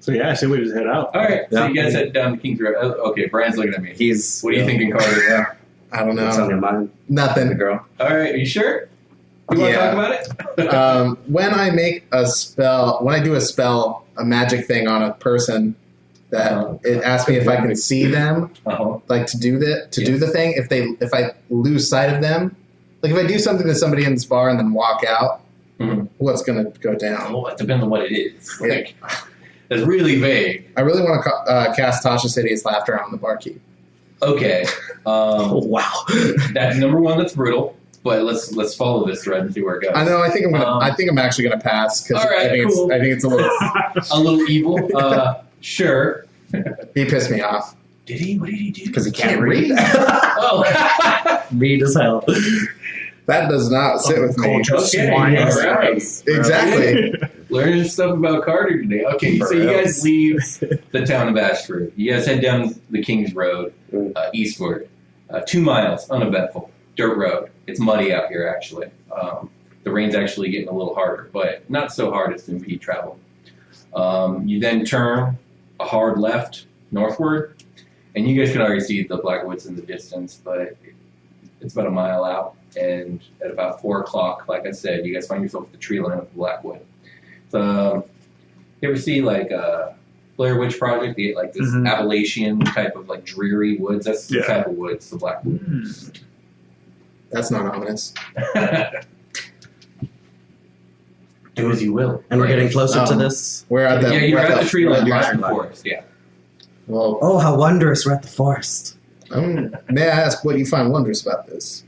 C: So yeah, I say we just head out.
B: All right. So
D: Yeah.
B: you guys head down to King's Road. Oh, okay, Brian's looking at me.
D: He's.
B: What are you thinking, Carter?
E: Oh, Yeah, I don't
D: What's on
E: know.
D: your mind,
E: Nothing.
D: girl?
B: All right. Are you sure? You want
E: Yeah.
B: to talk about it?
E: Um, when I make a spell, when I do a spell, a magic thing on a person, that it asks me if I can see them,
B: Uh-huh.
E: like to do the to do the thing. If they if I lose sight of them, like if I do something to somebody in this bar and then walk out,
B: Mhm.
E: what's gonna go down?
B: Well, it depends on what it is.
E: Yeah.
B: Like, that's really vague.
E: I really want to ca- uh, cast Tasha City's laughter on the barkeep.
B: Okay. Um,
D: wow.
B: that number one, that's brutal. But let's let's follow this thread and see where it goes.
E: I know. I think I'm gonna.
B: Um,
E: I think I'm actually gonna pass because
B: All right,
E: I think
B: cool.
E: it's. I think it's a little.
B: A little evil. Uh, sure.
E: he pissed me off
B: Did he? What did he do?
E: because he
D: Can't read.
B: Oh.
D: Read as hell.
E: that does not sit with me.
C: Culture
B: Okay,
C: swine.
B: all right.
E: Exactly.
B: Learning stuff about Carter today. Okay, so you guys leave the town of Ashford. You guys head down the King's Road uh, eastward. Uh, two miles, uneventful. Dirt road. It's muddy out here, actually. Um, the rain's actually getting a little harder, but not so hard as to impede travel. Um, you then turn a hard left northward, and you guys can already see the Blackwoods in the distance, but it's about a mile out. And at about 4 o'clock, like I said, you guys find yourself at the tree line of the Blackwood. So, you ever see like uh, Blair Witch Project? The like this
C: Mhm.
B: Appalachian type of like dreary woods. That's
C: Yeah.
B: the type of woods the Blackwood.
E: That's not ominous.
B: Do as you will.
D: And we're getting closer to
E: Um,
D: this.
E: We're at the.
B: yeah, you're
E: we're
B: at the tree
D: we're at
B: line.
D: the
B: You're
D: tree
B: at the
D: line.
B: forest. Yeah.
E: Well,
D: Oh, how wondrous! We're at the forest.
E: um, may I ask what you find wondrous about this?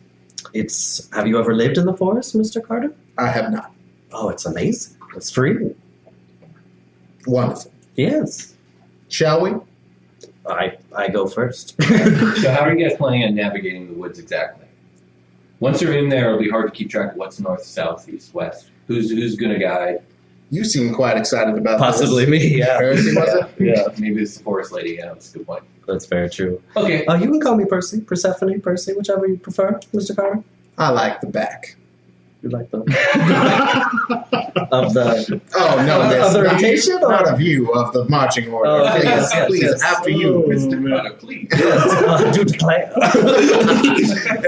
D: It's. Have you ever lived in the forest, Mister Carter?
E: I have not.
D: Oh, it's amazing. It's free.
E: Wonderful.
D: Yes.
E: Shall we?
D: I I go first.
B: So how are you guys planning on navigating the woods exactly? Once you're in there, it'll be hard to keep track of what's north, south, east, west. Who's who's gonna guide?
E: You seem quite excited about
D: Possibly
E: this.
D: me. Yeah.
E: Heresy, was it?
D: Yeah.
B: Maybe it's the forest lady. Yeah, that's a good point.
D: That's very true.
B: Okay.
D: Uh, you can call me Percy, Persephone, Percy, whichever you prefer, Mister Carter.
E: I like the back.
D: You like the of the
E: Oh no,
D: Of
E: this
D: the
E: not-
D: rotation or-
E: not a view of the marching order.
D: Oh, okay,
E: please,
D: yes, yes,
E: please,
D: yes.
E: after you.
C: Oh, man.
B: Not a plea.
D: yes, dude Clay.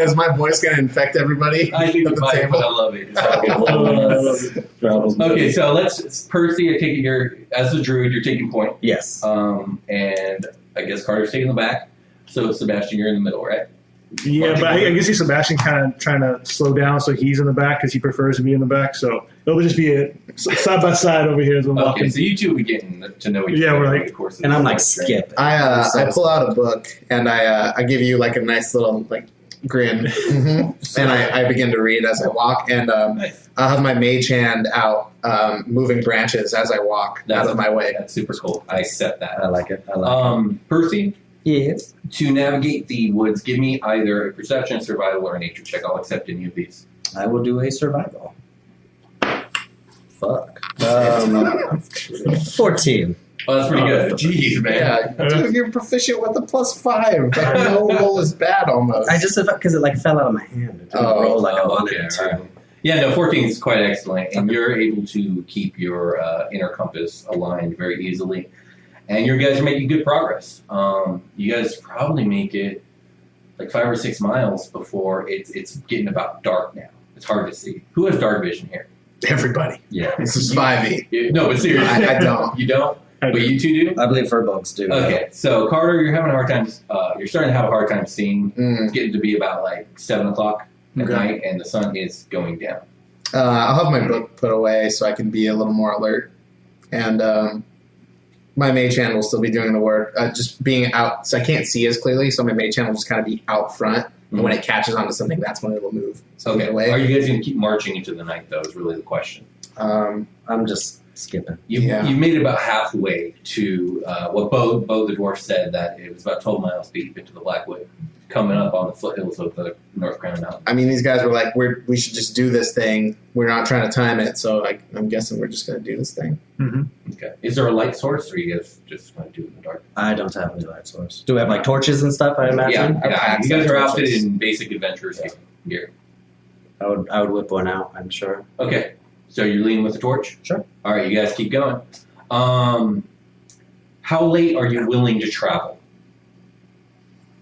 E: Is my voice gonna infect everybody
B: I think
E: at
B: it
E: the
B: might, but I
E: table?
B: love it. It's all
C: Uh,
B: good. Okay, so let's Percy. I take it you're as the druid, you're taking point,
D: Yes.
B: Uh, um, and I guess Carter's taking the back. So Sebastian, you're in the middle, right?
C: Yeah, but I, I can see Sebastian kind of trying to slow down, so he's in the back because he prefers to be in the back. So it'll just be a s- side by side over here as we're
B: Okay,
C: walking.
B: so you two would get in- to know each other.
C: Yeah, we're
B: over
C: like-
B: the course of
D: And
B: this
D: I'm like,
B: trip.
D: skip.
E: I uh, I pull out a book and I uh, I give you like a nice little like grin, Mhm. and I, I begin to read as I walk, and um,
B: Nice.
E: I have my mage hand out, um, moving branches as I walk out of my way.
B: That's super cool. I accept that.
D: I like it. I like
B: Um, Percy,
D: it. Yes.
B: to navigate the woods, give me either a perception, survival, or a nature check. I'll accept any of these.
D: I will do a survival. Fuck. Um,
E: Um,
D: 14.
B: Oh, that's pretty
D: Oh,
B: good. Jeez,
E: Yeah, dude, you're proficient with a plus five. Like no roll is bad almost.
D: I just, because it like fell out of my hand. It didn't
E: Oh,
D: roll like I
B: oh,
D: wanted
B: okay,
D: it to.
B: alright. Yeah, no, 14 is quite excellent, and you're able to keep your uh, inner compass aligned very easily. And you guys are making good progress. Um, you guys probably make it like five or six miles before it's it's getting about dark now. It's hard to see. Who has dark vision here?
E: Everybody,
B: Yeah.
E: this is E. Spivey.
B: no, but seriously,
E: I, I don't.
B: you don't. But you two do.
D: I believe Furbolgs do.
B: Okay, so Carter, you're having a hard time. Uh, you're starting to have a hard time seeing.
E: Mm.
B: It's getting to be about like seven o'clock at
E: Okay.
B: night, and the sun is going down.
E: Uh, I'll have my book put away so I can be a little more alert. And um, my mage hand will still be doing the work. Uh, just being out, so I can't see as clearly, so my mage hand will just kind of be out front. And when it catches onto something, that's when it'll move. So
B: Okay.
E: away.
B: Are you guys going to keep marching into the night, though, is really the question.
E: Um,
D: I'm just skipping.
B: You,
E: Yeah.
B: you made it about halfway to uh, what Bo, Bo the Dwarf said, that it was about 12 miles deep into the Blackwood, coming up on the foothills of the North Crown Mountain.
E: I mean, these guys were like, we're, we should just do this thing. We're not trying to time it, so I, I'm guessing we're just going to do this thing.
B: Okay. Is there a light source, or you guys just going to do it in the dark?
D: I don't have any light source. Do we have like torches and stuff, I imagine?
B: yeah, yeah. You guys are outfitted
E: torches.
B: in basic adventurers gear.
D: I would I would whip one out, I'm sure.
B: Okay. So you're leading with a torch?
D: Sure.
B: All right, you guys keep going. Um, how late are you willing to travel?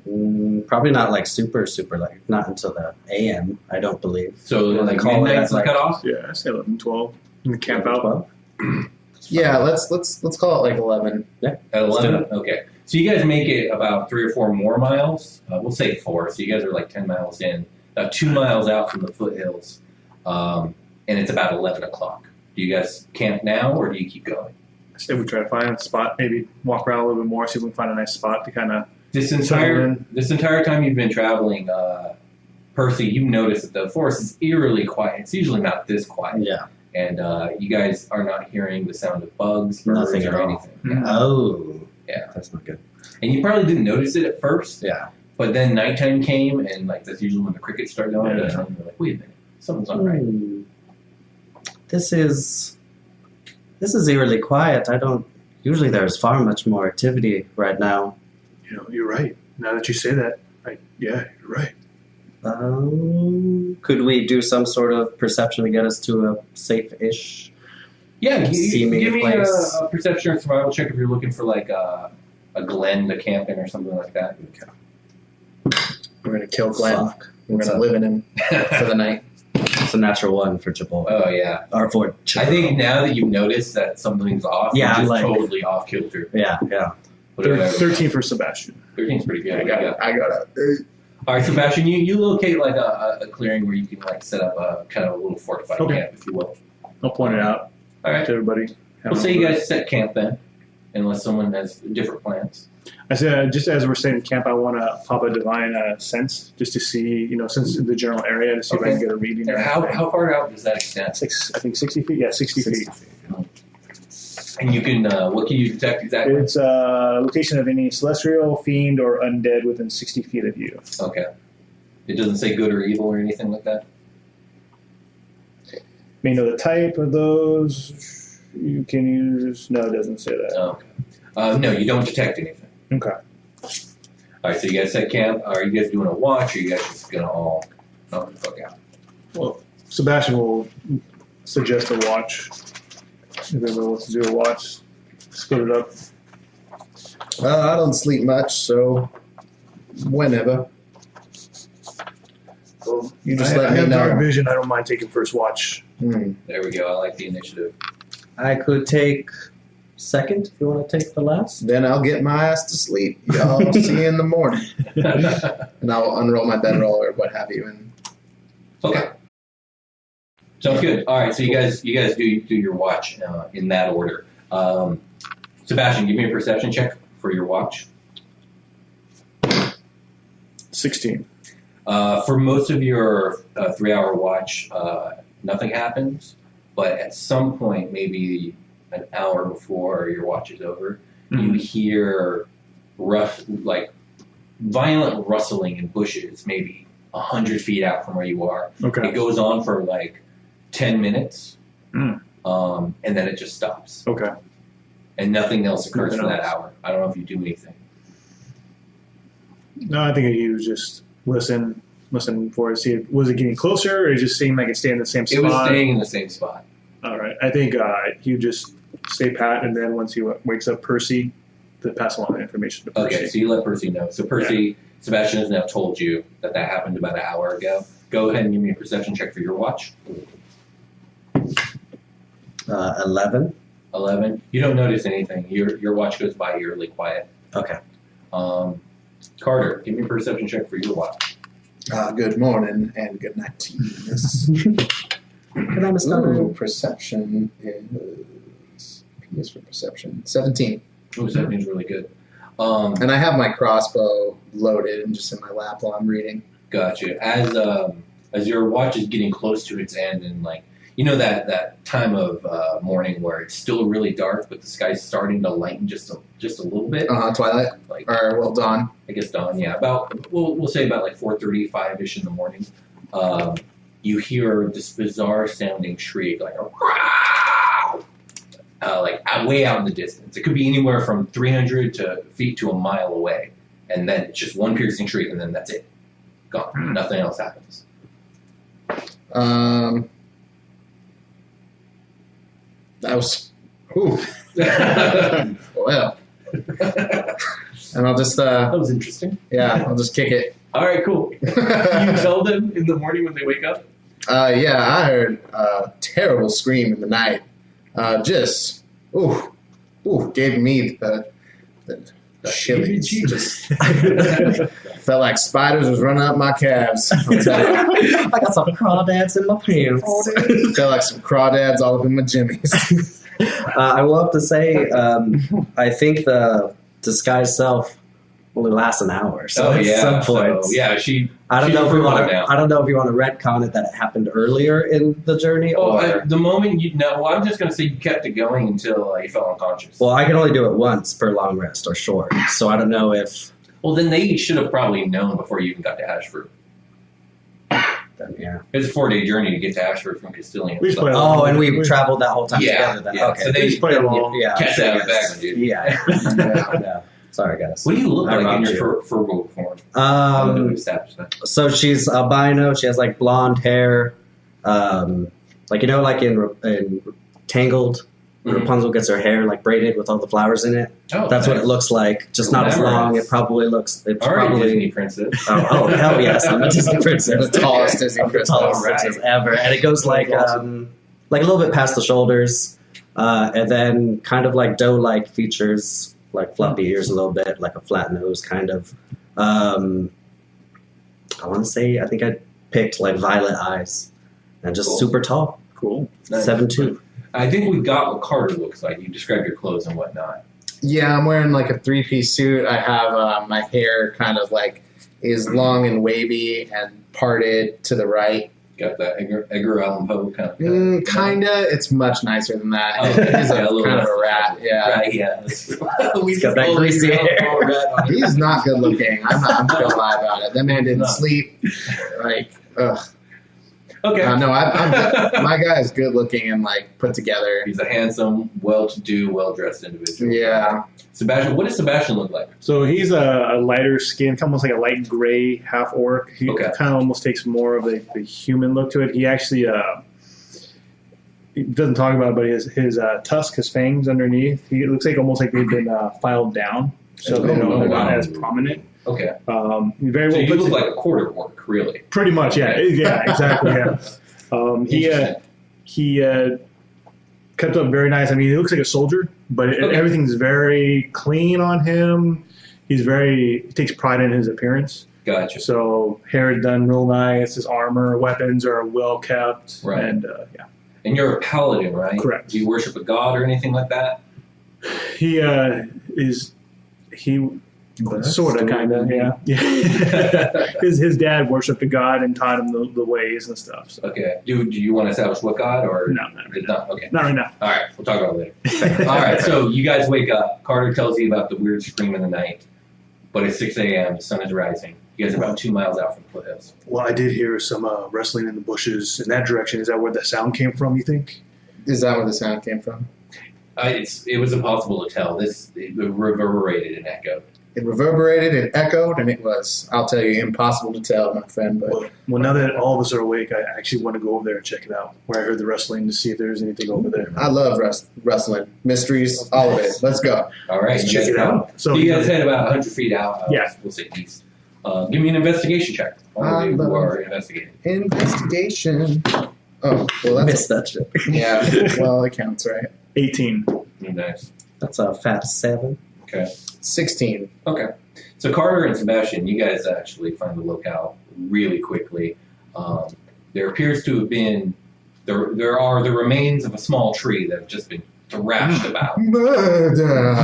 D: Mm, probably not like super, super late. Not until the AM, I don't believe.
B: So,
D: Yeah, they
B: like,
D: call it
B: midnight's the
D: like-
B: cutoff?
C: Yeah, I say 11, 12. You can camp out.
D: Well,
E: Yeah, let's let's let's call it like 11.
B: At
D: Let's do
B: 11? Okay. So you guys make it about three or four more miles. Uh, we'll say four. So you guys are like 10 miles in, about two miles out from the foothills. Um, and it's about 11 o'clock. Do you guys camp now or do you keep going?
C: I say we try to find a spot, maybe walk around a little bit more, see if we can find a nice spot to kind of.
B: This
C: Settle
B: entire
C: in.
B: this entire time you've been traveling, uh, Percy, you notice that the forest is eerily quiet. It's usually not this quiet.
D: Yeah.
B: And uh, you guys are not hearing the sound of bugs, birds,
D: Nothing at
B: or
D: all.
B: anything.
C: Mm.
D: Oh.
B: Yeah.
D: That's not good.
B: And you probably didn't notice it at first.
D: Yeah.
B: But then nighttime came, and like that's usually when the crickets start going,
C: Yeah.
B: and you're like, wait a minute, something's not right.
D: Hmm. This is this is eerily quiet. I don't usually there's far much more activity right now.
C: You know, you're right. Now that you say that, I, yeah, you're right.
D: Um, could we do some sort of perception to get us to a safe ish?
B: Yeah, you, you-
D: Seeming
B: give me a,
D: place.
B: a perception or survival check if you're looking for like a, a glen to camp in or something like that.
E: We're going to kill Glenn.
D: Fuck.
E: We're going to live in him for the night.
D: It's a natural one for Chipotle.
B: oh yeah,
D: or for
B: I
D: Chipotle.
B: think now that you've noticed that something's off,
D: Yeah,
B: you're
D: I'm
B: just
D: like-
B: totally off kilter.
D: Yeah, yeah.
B: Whatever. that is.
C: 13 for Sebastian.
B: Thirteen's pretty good.
E: I
B: Yeah.
E: got it. I got it.
B: All right, Sebastian, you, you locate like a, a- a clearing where you can like set up a kind of a little fortified
C: Okay.
B: camp, if you will.
C: I'll point it out
B: All right.
C: to everybody.
B: We'll say you guys set camp then, unless someone has different plans.
C: I said, uh, just as we're saying camp, I want to pop a divine uh, sense just to see, you know, since the general area to see if I can
B: Okay.
C: get a reading. or
B: And how,
C: anything.
B: how far out does that extend?
C: Six, I think 60 feet? Yeah, 60, feet.
B: And you can, uh, what can you detect exactly?
C: It's uh, location of any celestial, fiend, or undead within 60 feet of you.
B: Okay. It doesn't say good or evil or anything like that.
C: May know the type of those. You can use. No, it doesn't say that.
B: No. Uh, no, you don't detect anything.
C: Okay.
B: All right, so you guys set camp. Are you guys doing a watch? Or are you guys just gonna all knock the fuck out?
C: Well, Sebastian will suggest a watch. If everyone wants to do a watch, split it up.
E: Uh, I don't sleep much, so whenever.
C: Well,
E: You just
C: I,
E: let
C: I
E: me
C: have dark
E: know.
C: vision. I don't mind taking first watch.
E: Hmm.
B: There we go. I like the initiative.
D: I could take second, if you want to take the last.
E: Then I'll get my ass to sleep. Y'all see you in the morning. And I'll unroll my bedroll or what have you. And
B: Okay. Sounds good. All right, so you guys, you guys do do your watch uh, in that order. Um, Sebastian, give me a perception check for your watch.
C: 16.
B: Uh, for most of your uh, three-hour watch, uh, nothing happens. But at some point, maybe an hour before your watch is over, you hear rough, like violent rustling in bushes, maybe a hundred feet out from where you are.
C: Okay.
B: It goes on for like 10 minutes,
C: Mm.
B: um, and then it just stops.
C: Okay.
B: And nothing else occurs
C: Nothing
B: for that
C: else.
B: hour. I don't know if you do anything.
C: No, I think you just listen, listen for it. See, if- was it getting closer, or it just seemed like it stayed in the same
B: It
C: spot?
B: was staying in the same spot.
C: All right. I think uh, you just stay pat, and then once he w- wakes up, Percy, to pass along the information to Percy.
B: Okay, so you let Percy know. So Percy, Sebastian has now told you that that happened about an hour ago. Go ahead and give me a perception check for your watch.
D: Uh, 11.
B: 11. You don't notice anything. Your, your watch goes by eerily quiet.
D: Okay.
B: Um, Carter, give me a perception check for your watch.
E: uh, good morning and good night to you. Miss.
D: Good night, Miss
E: Ooh,
D: Dunn.
E: perception is P is for perception. Seventeen.
B: Ooh, that means really good. Um,
E: And I have my crossbow loaded and just in my lap while I'm reading.
B: Gotcha. As um, as your watch is getting close to its end, and like you know that that time of uh, morning where it's still really dark, but the sky's starting to lighten just a, just a little bit.
E: Uh, twilight
B: Like
E: or well dawn.
B: I guess dawn. Yeah, about we'll we'll say about like four thirty five ish in the morning. Um, you hear this bizarre sounding shriek, like a "Wow!" uh, like out- way out in the distance. It could be anywhere from three hundred to feet to a mile away, and then it's just one piercing shriek, and then that's it. Gone. Nothing else happens.
E: Um, that was. Ooh,
B: that
E: well. and I'll just uh,
B: was interesting.
E: yeah, I'll just kick it.
B: All right, cool. Can you
E: uh,
B: tell them in the morning when they wake up?
E: yeah, I heard a terrible scream in the night. Uh, just ooh, ooh, gave me the the, the shivers. Just felt like spiders was running up my calves. I'll tell you.
D: I got some crawdads in my pants.
E: Felt like some crawdads all up in my jimmies.
D: Uh, I will have to say, um, I think the disguise self only lasts an hour. So
B: oh
D: at
B: yeah.
D: some point,
B: so, yeah, she.
D: I don't
B: She's
D: know if we
B: a
D: want
B: robot now.
D: to. I don't know if you want to retcon it that it happened earlier in the journey,
B: Oh,
D: or
B: I, the moment you know, well, I'm just gonna say you kept it going until uh, you fell unconscious.
D: well, I can only do it once per long rest or short. So I don't know if.
B: Well, then they should have probably known before you even got to Ashford.
D: Then, yeah.
B: It's a four day journey to get to Ashford from Castilian.
C: We just
B: so-
C: play along.
D: Oh, and we
C: We-
D: traveled that whole time
B: yeah,
D: together. Then.
B: yeah.
D: Okay.
B: So they
C: We just play along.
D: yeah.
B: catch
D: okay,
B: that in the
D: yes.
B: back, dude.
D: Yeah.
E: Yeah.
D: yeah. Sorry, guys.
B: What do you look
D: I
B: like in
D: robbed
B: your
D: you.
B: fur- furball form? I don't know if
D: Um,
B: we established that.
D: so she's albino. She has like blonde hair, um, like you know, like in, in Tangled, when
B: Mhm.
D: Rapunzel gets her hair like braided with all the flowers in it.
B: Oh,
D: That's what it looks like. Just not as long. It probably looks. It
B: All right,
D: probably.
B: Disney princess.
D: Oh, oh hell yes! I'm a Disney princess.
E: the tallest Disney
D: I'm the
E: Christmas.
D: tallest princess ever, and it goes like um, like a little bit past the shoulders, uh, and then kind of like doe-like features, like floppy
B: Hmm.
D: ears a little bit, like a flat nose, kind of. Um, I want to say I think I picked like violet eyes, and just
B: Cool.
D: super tall,
C: Cool.
B: Nice.
D: seven two.
B: I think we got what Carter looks like. You described your clothes and whatnot.
E: Yeah, I'm wearing like a three piece suit. I have uh, my hair kind of like is long and wavy and parted to the right.
B: Got that Edgar, Edgar Allan Poe kind of.
E: Mm, kinda. It's much nicer than that.
B: Oh,
E: It is a,
B: yeah, a little
E: kind of
B: less.
E: a rat. Yeah.
B: Right, yeah.
D: He's got that greasy hair.
E: Oh, He's not good looking. I'm not. I'm not gonna lie about it. That man didn't
B: No.
E: sleep. Like, ugh.
B: Okay.
E: Uh, no, I, I'm, my guy is good looking and like put together.
B: He's a handsome, well-to-do, well-dressed individual.
E: Yeah.
B: Sebastian, what does Sebastian look like?
C: So he's a, a lighter skin, almost like a light gray half orc. He
B: Okay.
C: kind of almost takes more of the, the human look to it. He actually uh, he doesn't talk about it, but his his uh, tusk, his fangs underneath, he it looks like almost like they've been uh, filed down, so they don't,
B: Oh,
C: they're
B: wow.
C: not as prominent.
B: Okay.
C: Um, he very
B: So
C: well
B: you
C: puts
B: look
C: it-
B: like a quarter orc, really.
C: pretty much, yeah, yeah, exactly, yeah. Um, he uh,
B: Interesting.
C: he uh, kept up very nice. I mean, he looks like a soldier, but it,
B: Okay.
C: everything's very clean on him. He's very he takes pride in his appearance.
B: Gotcha.
C: So hair is done real nice. His armor, weapons are well kept,
B: Right.
C: and uh, yeah.
B: And you're a paladin, right?
C: Correct.
B: Do you worship a god or anything like that?
C: He uh, is he sort of kind of yeah. yeah. his his dad worshipped a god and taught him the, the ways and stuff. So
B: Okay. Do, do you want to establish what god or
C: no, not right
B: No,
C: now.
B: Okay.
C: Not right now.
B: All right. We'll talk about it later. All right. So you guys wake up. Carter tells you about the weird scream in the night, but it's 6 a.m. The sun is rising. You guys are about two miles out from the foothills.
C: Well, I did hear some uh, wrestling in the bushes in that direction. Is that where the sound came from? You think?
E: Is that where the sound came from?
B: Uh, it's it was impossible to tell. This it reverberated and echoed.
E: It reverberated, it echoed, and it was, I'll tell you, impossible to tell, my friend. But
C: Well, well, now that all of us are awake, I actually want to go over there and check it out. Where I heard the wrestling to see if there's anything over there.
E: I love wrest- wrestling, mysteries, all of it. Let's go.
B: All right,
C: Let's
B: you
C: check
B: guys
C: it out.
B: So
C: So
B: you guys head about 100 feet out. Uh,
C: Yeah.
B: we'll say east. Uh, give me an investigation check. All of you
E: Um,
B: who are investigating.
E: Investigation. Oh, well, that's
D: Missed that shit.
E: yeah. Well, it counts, right?
C: eighteen.
B: Nice.
D: That's a fat seven.
E: Sixteen.
B: Okay. So Carter and Sebastian, you guys actually find the locale really quickly. Um, there appears to have been there. There are the remains of a small tree that have just been thrashed about. Uh,
E: Murder.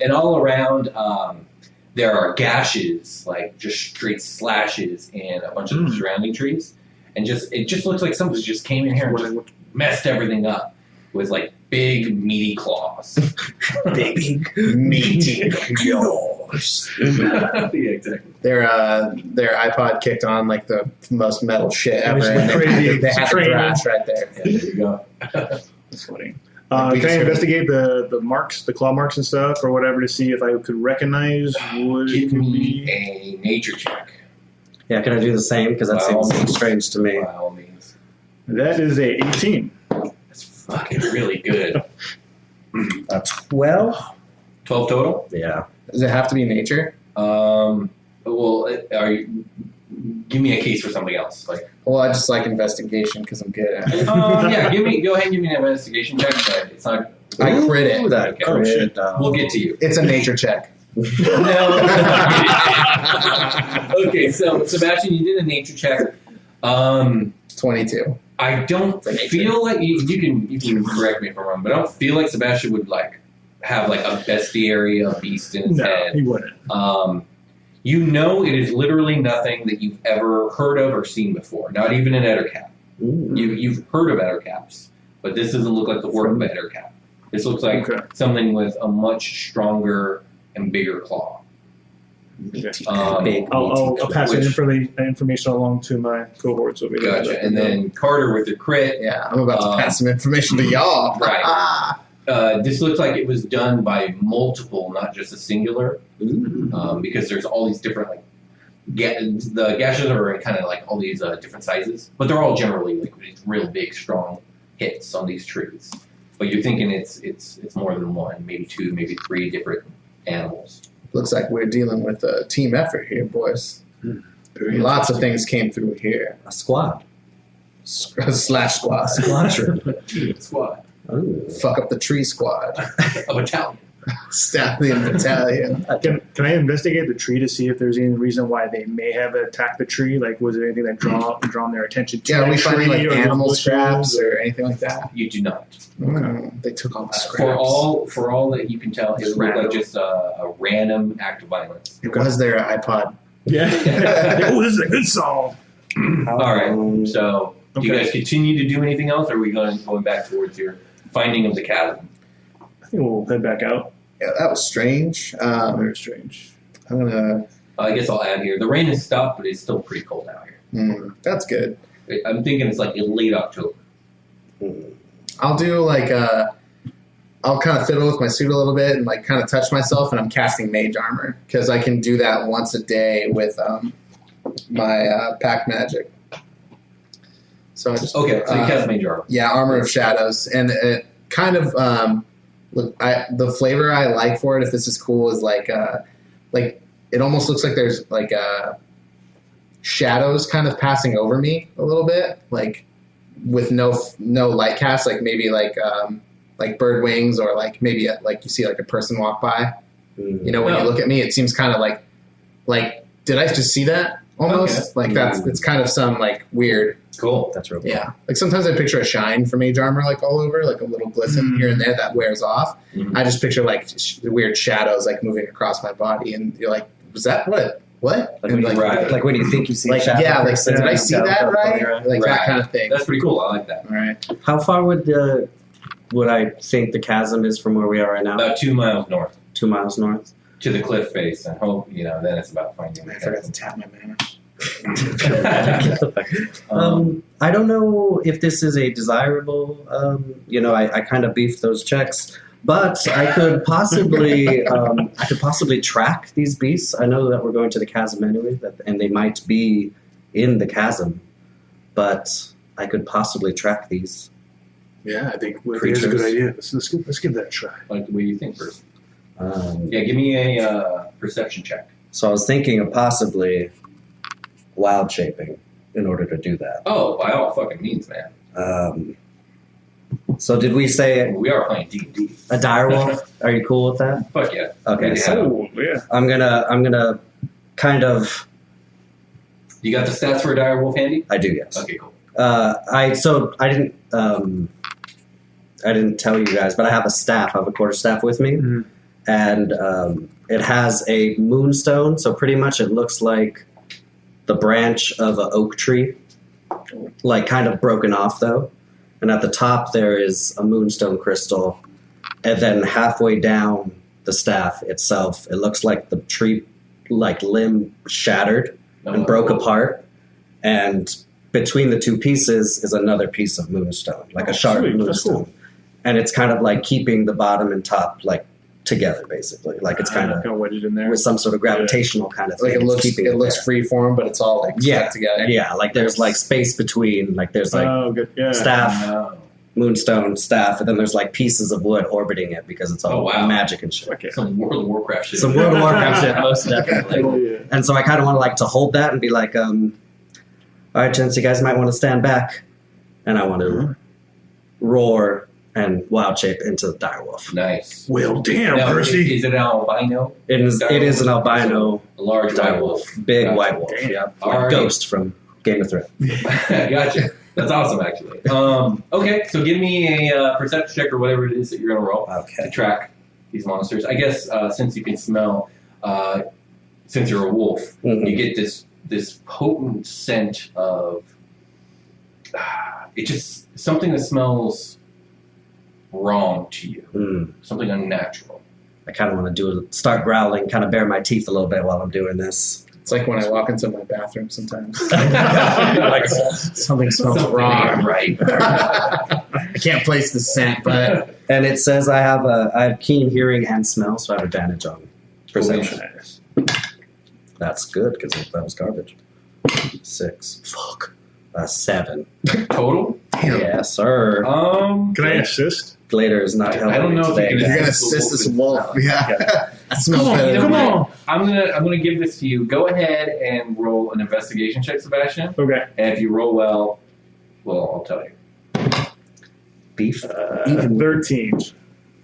B: and all around um, there are gashes, like just straight slashes in a bunch of the
C: Mm.
B: surrounding trees. And just it just looks like somebody just came in here and just messed everything up with like big meaty claws.
D: Big.
E: Meaty.
B: yeah, exactly.
E: Their uh, their iPod kicked on like the most metal shit
C: It
E: ever.
C: was
E: and they
C: crazy.
E: had, they had the
C: Training.
E: grass right there.
B: Yeah, there you go.
C: Uh,
E: Like, we
C: can I
E: just heard-
C: investigate the, the marks, the claw marks and stuff, or whatever, to see if I could recognize what it
B: Give
C: could
B: me
C: be?
B: a nature check
D: Yeah, can I do the same? Because that
B: Wow.
D: seems strange to me.
B: by all means.
C: That is a eighteen.
B: That's fucking really good.
D: A twelve.
B: Twelve total.
D: Yeah.
E: Does it have to be nature?
B: Um, well, uh, are you? Give me a case for something else. Like,
E: Well, I just like investigation because I'm good at it.
B: um, yeah, give me. Go ahead and give me an investigation check. But it's not.
E: I crit it.
D: That
B: Okay.
C: Oh, shit.
D: crit, um,
B: We'll get to you.
E: It's a nature check.
B: okay, so Sebastian, you did a nature check. Um,
E: Twenty-two.
B: I don't
E: For nature.
B: feel like you, you can you can correct me if I'm wrong, but I don't feel like Sebastian would like have like a bestiary beast in his
C: No,
B: head.
C: he wouldn't.
B: Um, you know, it is literally nothing that you've ever heard of or seen before. Not even an ettercap.
D: Ooh.
B: You you've heard of ettercaps, but this doesn't look like the work of an ettercap. This looks like
C: Okay.
B: something with a much stronger and bigger claw. Um,
D: Big.
C: I'll, I'll, I'll pass that
B: Which-
C: informa- information along to my cohorts over there.
B: Gotcha. And then Carter with the crit.
E: Yeah, I'm about
B: Uh, hmm.
E: to pass some information to y'all.
B: Right.
E: Ah.
B: Uh, this looks like it was done by multiple, not just a singular, um, because there's all these different like ga- the gashes are in kind of like all these uh, different sizes, but they're all generally like these real big, strong hits on these trees. But you're thinking it's it's it's more than one, maybe two, maybe three different animals.
E: Looks like we're dealing with a team effort here, boys. Lots of things came through here.
D: A squad.
E: Slash squad.
D: A squadron.
B: Squad
D: Ooh.
E: Fuck up the tree squad.
B: a battalion.
E: Stab the battalion.
C: Can, can I investigate the tree to see if there's any reason why they may have attacked the tree? Like, was there anything that draw drawn their attention to?
E: Yeah,
C: that
E: we find
C: tree
E: any like
C: or the
E: animal
C: bushes?
E: scraps or anything like that?
B: You do not.
E: Mm, they took all the
B: Uh,
E: scraps.
B: for all for all that you can tell, it
E: Just
B: looked like
E: random.
B: just a, a random act of violence.
E: it was their iPod.
C: Yeah. oh, this is a good song.
B: All right.
D: Um,
B: So, do you
C: Okay.
B: guys continue to do anything else, or are we going going back towards your finding of the cabin?
C: I think we'll head back out.
E: Yeah, that was strange. Um,
C: Very strange.
E: I'm gonna.
B: Uh, I guess I'll add here: the rain has stopped, but it's still pretty cold out here.
E: mm, that's good.
B: I- I'm thinking it's like late October.
E: I'll do like uh, I'll kind of fiddle with my suit a little bit and like kind of touch myself, and I'm casting mage armor because I can do that once a day with um, my uh, pack magic. So I just
B: Okay, so you
E: uh,
B: cast Major Armor.
E: Yeah, Armor of Shadows, and it kind of um, look. I the flavor I like for it, if this is cool, is like uh, like it almost looks like there's like uh, shadows kind of passing over me a little bit, like with no no light cast, like maybe like um, like bird wings or like maybe uh, like you see like a person walk by. You know, when
B: Oh.
E: you look at me, it seems kind of like like did I just see that? Almost
B: Okay.
E: like that's it's kind of some like weird,
B: Cool.
D: That's real.
E: yeah. Like sometimes I picture a shine from Age Armor like all over, like a little glisten
C: Mm.
E: here and there that wears off.
B: Mhm.
E: I just picture like sh- weird shadows like moving across my body, and you're like, was that what? What?
D: Like
E: And,
D: when, you,
B: Right.
D: like when you think you see
E: like,
D: Shadow
E: yeah, like
D: Person
E: did I
D: and
E: see
D: Shadow
E: that
D: Person
E: right?
D: running around.
E: Like
B: Right.
E: that kind of thing.
B: That's pretty cool. I like that.
E: All right.
D: How far would the would I think the chasm is from where we are right now?
B: About two miles north
D: Two miles north.
B: to the cliff face, and hope you know. Then it's about finding.
E: I forgot to tap my mana.
D: Um, I don't know if this is a desirable. Um, you know, I, I kind of beefed those checks, but I could possibly, um, I could possibly track these beasts. I know that we're going to the chasm anyway, that, and they might be in the chasm, but I could possibly track these.
C: Yeah, I think it's a
D: Creatures.
C: good idea. Let's, let's, give, let's give that a try.
B: like the way you think first.
D: Um,
B: Yeah, give me a uh, perception check.
D: so I was thinking of possibly wild shaping in order to do that.
B: Oh, by all fucking means, man.
D: Um, so did we say
B: We are playing D and D.
D: a dire wolf? Are you cool with that?
B: Fuck yeah.
D: Okay,
B: Yeah.
D: so
C: Oh, yeah.
D: I'm gonna I'm gonna kind of
B: You got the stats for a dire wolf handy?
D: I do yes.
B: Okay, cool.
D: Uh, I so I didn't um, I didn't tell you guys, but I have a staff. I have a quarter staff with me,
C: Mhm.
D: and um, it has a moonstone. So pretty much, it looks like the branch of an oak tree, like kind of broken off though. And at the top there is a moonstone crystal, and then halfway down the staff itself, it looks like the tree, like limb shattered and
B: Uh,
D: broke apart. And between the two pieces is another piece of moonstone, like
C: Oh,
D: a shard
C: sweet. That's
D: moonstone. And it's kind of like keeping the bottom and top like together, basically. Like it's kind
C: Uh,
D: of
C: kinda wedged in there.
D: with some sort of gravitational kind of thing.
E: Like it
D: It's
E: looks,
D: keeping
E: it looks free form, but it's all like
D: Yeah.
E: stuck together.
D: there. yeah. Like there's like space between, like there's like
C: oh, good. Yeah.
D: staff,
B: No.
D: moonstone, staff, and then there's like pieces of wood orbiting it because it's all
B: Oh, wow.
D: magic and shit.
C: Okay.
B: Some World of Warcraft shit.
D: Some World of Warcraft shit, most definitely.
C: Yeah.
D: And so I kind of want to like to hold that and be like, um, all right, gents, you guys might want to stand back. And I want to
B: Mm-hmm.
D: roar and wild shape into the direwolf.
B: Nice.
C: Well, damn,
B: Now,
C: Percy.
B: Is, is it an albino?
D: It is, it is an albino
B: A large dire
D: direwolf,
B: wolf.
D: big
B: Gotcha.
D: white wolf,
C: Damn.
D: yeah, like
B: All right.
D: Ghost from Game of Thrones.
B: gotcha. That's awesome, actually. Um, okay, so give me a uh, perception check or whatever it is that you're going to roll to
D: Okay.
B: track these monsters. I guess uh, since you can smell, uh, since you're a wolf,
D: Mhm.
B: you get this this potent scent of ah, it just something that smells wrong to you,
D: Mm.
B: something unnatural.
D: I kind of want to do start growling, kind of bare my teeth a little bit while I'm doing this.
E: It's like when I walk into my bathroom sometimes.
D: Like, something smells
B: Something
E: wrong.
B: ain't right?
E: I can't place the scent, but
D: And it says I have a I have keen hearing and smell, so I have advantage on perception. That's good because that was garbage. Six. Fuck. Uh, seven.
B: Total.
E: damn,
D: Yes, sir.
B: Um,
C: Can I assist?
D: Glader is not helping
B: I don't
D: me
B: know if
D: today.
B: you
E: you're
B: can-
E: gonna assist this wolf. Yeah, that smells
C: Come on,
E: better.
C: come
E: than
C: on.
B: I'm gonna I'm gonna give this to you. Go ahead and roll an investigation check, Sebastian.
C: Okay.
B: And if you roll well, well, I'll tell you.
D: Beef.
C: Uh, 13.
B: Mm-hmm.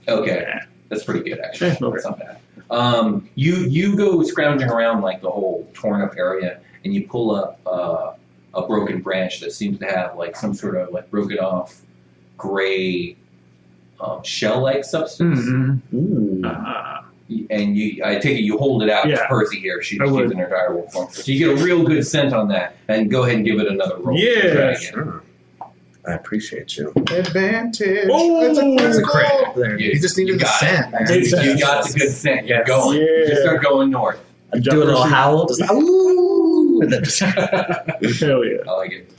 B: Okay, that's pretty good actually.
C: Yeah, okay.
B: That's not bad. Um, you you go scrounging around like the whole torn up area, and you pull up uh, a broken branch that seems to have like some sort of like broken off gray um, shell like substance.
C: Mm-hmm.
D: Mm.
C: Uh,
B: and you I take it you hold it out
C: Yeah.
B: to Percy here. She,
C: I
B: she's
C: would.
B: in her direwolf form. So you get a real good scent on that, and go ahead and give it another roll.
C: Yeah.
B: Try again.
D: Sure. I appreciate you.
E: Advantage.
C: Oh,
E: That's a, that's a crit.
D: There
B: You,
E: You just needed
B: you
E: the
B: got it.
E: scent. man.
C: I did
B: You, you got the good scent. You're
D: Yes.
B: going. Oh, You just
C: Yeah.
B: start going north.
D: I do a little howl. Just, ooh, and then just-
C: hell yeah.
B: I like it.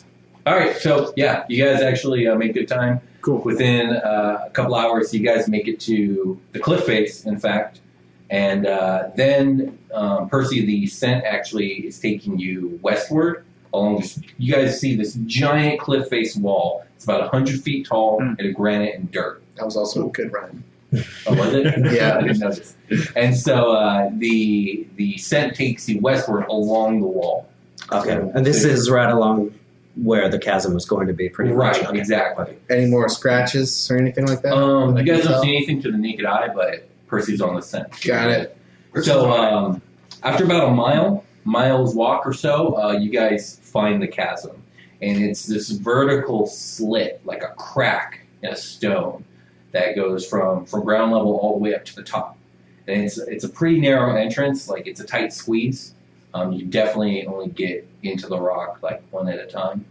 B: All right, so yeah, you guys actually uh, make good time.
C: Cool.
B: Within uh, a couple hours, you guys make it to the cliff face, in fact, and uh, then um, Percy the scent actually is taking you westward along. This, you guys see this giant cliff face wall. It's about hundred feet tall
C: Hmm.
B: and granite and dirt.
E: That was also a good run.
B: Oh, was it?
E: Yeah.
B: I didn't notice. And so uh, the the scent takes you westward along the wall.
D: okay. And this is right along where the chasm was going to be, pretty
B: right,
D: much. Okay.
B: exactly.
E: Any more scratches or anything like that?
B: Um,
E: That I
B: you guys
E: can
B: don't
E: tell?
B: see anything to the naked eye, but Percy's on the scent.
E: Got it.
B: So um, after about a mile, miles walk or so, uh, you guys find the chasm, and it's this vertical slit, like a crack in a stone, that goes from from ground level all the way up to the top. And it's it's a pretty narrow entrance, like it's a tight squeeze. Um, you definitely only get into the rock like one at a time.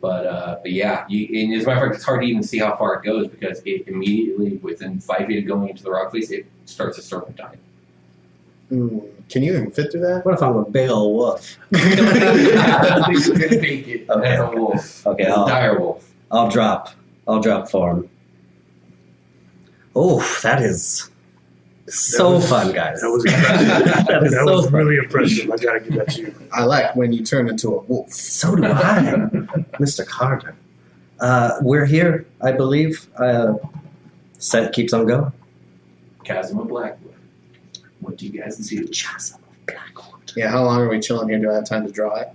B: But uh, but yeah, you, and as a matter of fact, it's hard to even see how far it goes because it immediately within five feet of going into the rock face, it starts a serpentine.
E: Mm, Can you even fit through that?
D: What if I'm a big old wolf?
B: I think we're gonna make it.
D: Okay.
B: That's a wolf.
D: Okay,
B: That's a
D: I'll,
B: dire wolf.
D: I'll drop. I'll drop form. Oh, that is so
C: was-
D: fun, guys.
C: That was impressive.
D: That
C: that
D: is so
C: was
D: fun.
C: really impressive. I gotta give that to you.
E: I like when you turn into a wolf.
D: So do I, Mr. Carter. Uh, we're here, I believe. Uh, set keeps on going.
B: Chasm of Blackwood. What do you guys do?
D: Chasm of Blackwood.
E: Yeah, how long are we chilling here? Do I have time to draw it?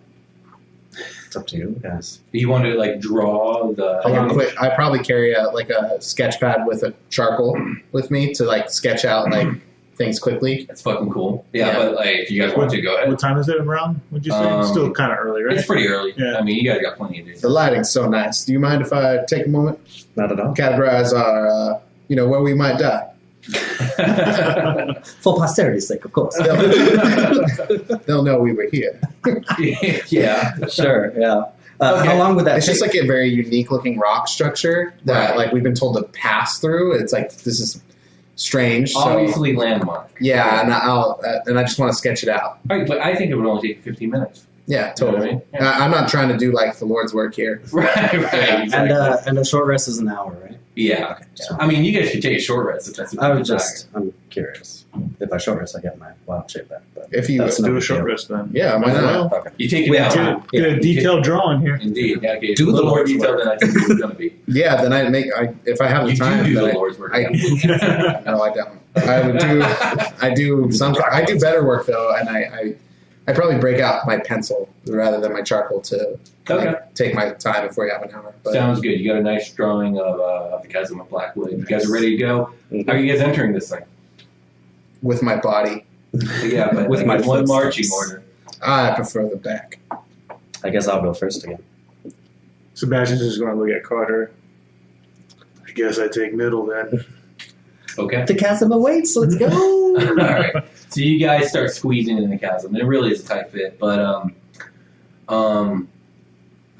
D: It's up to you guys.
B: You want to like draw the?
E: I, can quit. I probably carry a like a sketch pad with a charcoal with me to like sketch out like things quickly.
B: That's fucking cool. Yeah,
E: Yeah.
B: but like, if you guys want to, go ahead.
C: What time is it around? Would you say?
B: Um,
C: it's still kind of early, right?
B: It's pretty early.
C: Yeah.
B: I mean, you guys got plenty of days.
E: The lighting's so nice. Do you mind if I take a moment
D: Not at all.
E: categorize our uh, you know where we might die?
D: For posterity's sake, of course.
E: They'll know we were here.
B: yeah.
D: sure, yeah. Uh, How
E: Okay.
D: long would that
E: It's
D: take?
E: just like a very unique looking rock structure that
B: Right.
E: like we've been told to pass through. It's like this is strange. So
B: Obviously, landmark.
E: yeah, and I'll uh, and I just want to sketch it out.
B: All right, but I think it would only take 15 minutes.
E: Yeah,
B: You know what I
E: totally.
B: mean? Yeah.
E: I, I'm not trying to do like the Lord's work here.
B: Right, right,
D: and,
B: exactly.
D: uh, and a short rest is an hour, right?
B: yeah. I mean, you guys should take a short rest if that's. what
D: I
B: you
D: was
B: desire.
D: just, I'm curious. If I short rest, I get my wild shape back. But
E: If you
D: That's
C: Do
D: no
C: a short
D: deal.
C: rest then.
E: yeah, why not?
C: Well,
B: You take it
D: We
B: out.
D: have
C: Get,
D: Yeah.
C: a- get a detailed drawing here.
B: Indeed. Yeah, okay.
D: Do
B: a
D: the
B: little more
D: Lord's
B: detail
D: work.
B: than I think it was going to be.
E: Yeah, then I'd make I if I have the
B: you
E: time.
B: do do the
E: then
B: Lord's work.
E: I, I no, I don't. I would do I do some I do better work though, and I I, I probably break out my pencil rather than my charcoal to like,
B: okay.
E: take my time if we have an hour. But
B: Sounds good. You got a nice drawing of, uh, of the chasm of Blackwood. You guys are ready to go. How are you guys entering this thing?
E: with my body,
B: yeah, but
D: With
B: like,
D: my
B: in uh, one
D: footsteps.
B: marching order.
E: I prefer the back.
D: I guess I'll go first again.
C: Sebastian's just going to look at Carter. I guess I take middle then.
B: Okay.
D: The chasm awaits. Let's
B: All
D: go.
B: right. So you guys start squeezing in the chasm. It really is a tight fit, but um, um,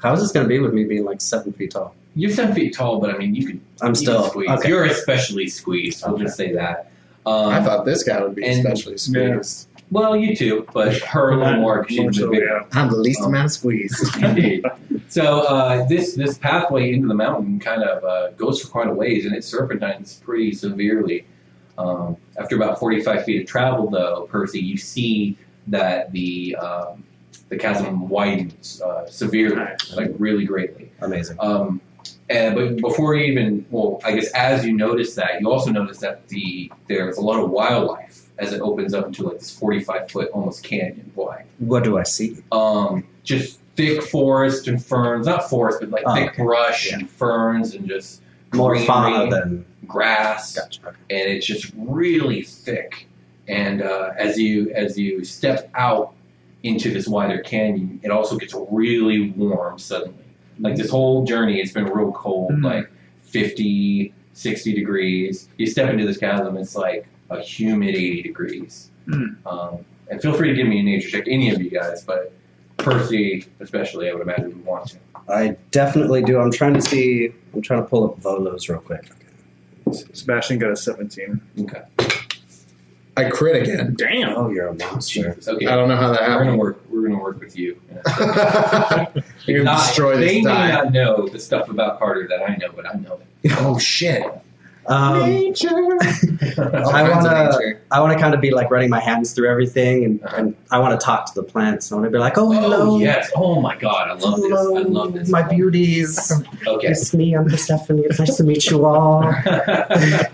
D: How is this going to be with me being like seven feet tall?
B: you're seven feet tall, but I mean, you can
D: I'm
B: you
D: still
B: can squeeze.
D: okay.
B: You're especially squeezed. We'll just say that. Um,
E: I thought this guy would be
B: and-
E: especially squeezed.
B: well, you too, but her a little more because
C: More
B: she's a
C: so,
B: bit
C: yeah.
E: I'm the least
B: Oh.
E: amount squeezed.
B: Indeed. So uh, this this pathway into the mountain kind of uh, goes for quite a ways, and it serpentines pretty severely. Um, after about forty five feet of travel, though, Percy, you see that the um, the chasm widens uh, severely,
C: Nice.
B: like really greatly.
D: Amazing.
B: Um, and but before you even well, I guess as you notice that, you also notice that the there's a lot of wildlife as it opens up into like this forty five foot almost canyon wide
D: What do I see?
B: um, just thick forest and ferns, not forest, but like
D: Oh,
B: thick
D: okay.
B: brush
D: Yeah.
B: and ferns and just
D: More
B: greenery,
D: fauna than
B: grass,
D: gotcha.
B: and it's just really thick. And uh, as you as you step out into this wider canyon, it also gets really warm suddenly. Like this whole journey, it's been real cold,
C: Mm.
B: like 50, 60 degrees. You step into this chasm, it's like a humid 80 degrees.
C: Mm.
B: Um, and feel free to give me a nature check, any of you guys, but Percy especially, I would imagine would want to.
D: I definitely do. I'm trying to see. I'm trying to pull up Volos real quick.
C: Sebastian got a 17.
B: Okay.
E: I crit again.
C: Damn.
D: Oh, you're a monster.
B: Okay.
E: I don't know how that
B: we're gonna
E: happened.
B: work. We're gonna work with you. in a second.
E: You're gonna
B: Not-
E: destroy
B: they
E: this
B: may
E: time.
B: not know the stuff about Carter that I know, but I know
E: Oh shit!
D: Um,
E: nature.
B: it.
E: All
D: I
E: kinds of
D: wanna-
E: nature.
D: I want to kind of be like running my hands through everything, and,
B: Uh-huh.
D: and I want to talk to the plants. I want to be like, oh, hello.
B: oh yes! Oh my God! I love this.
D: hello,
B: I love this.
D: My beauties.
B: Okay.
D: It's me. I'm Persephone. It's nice to meet you all.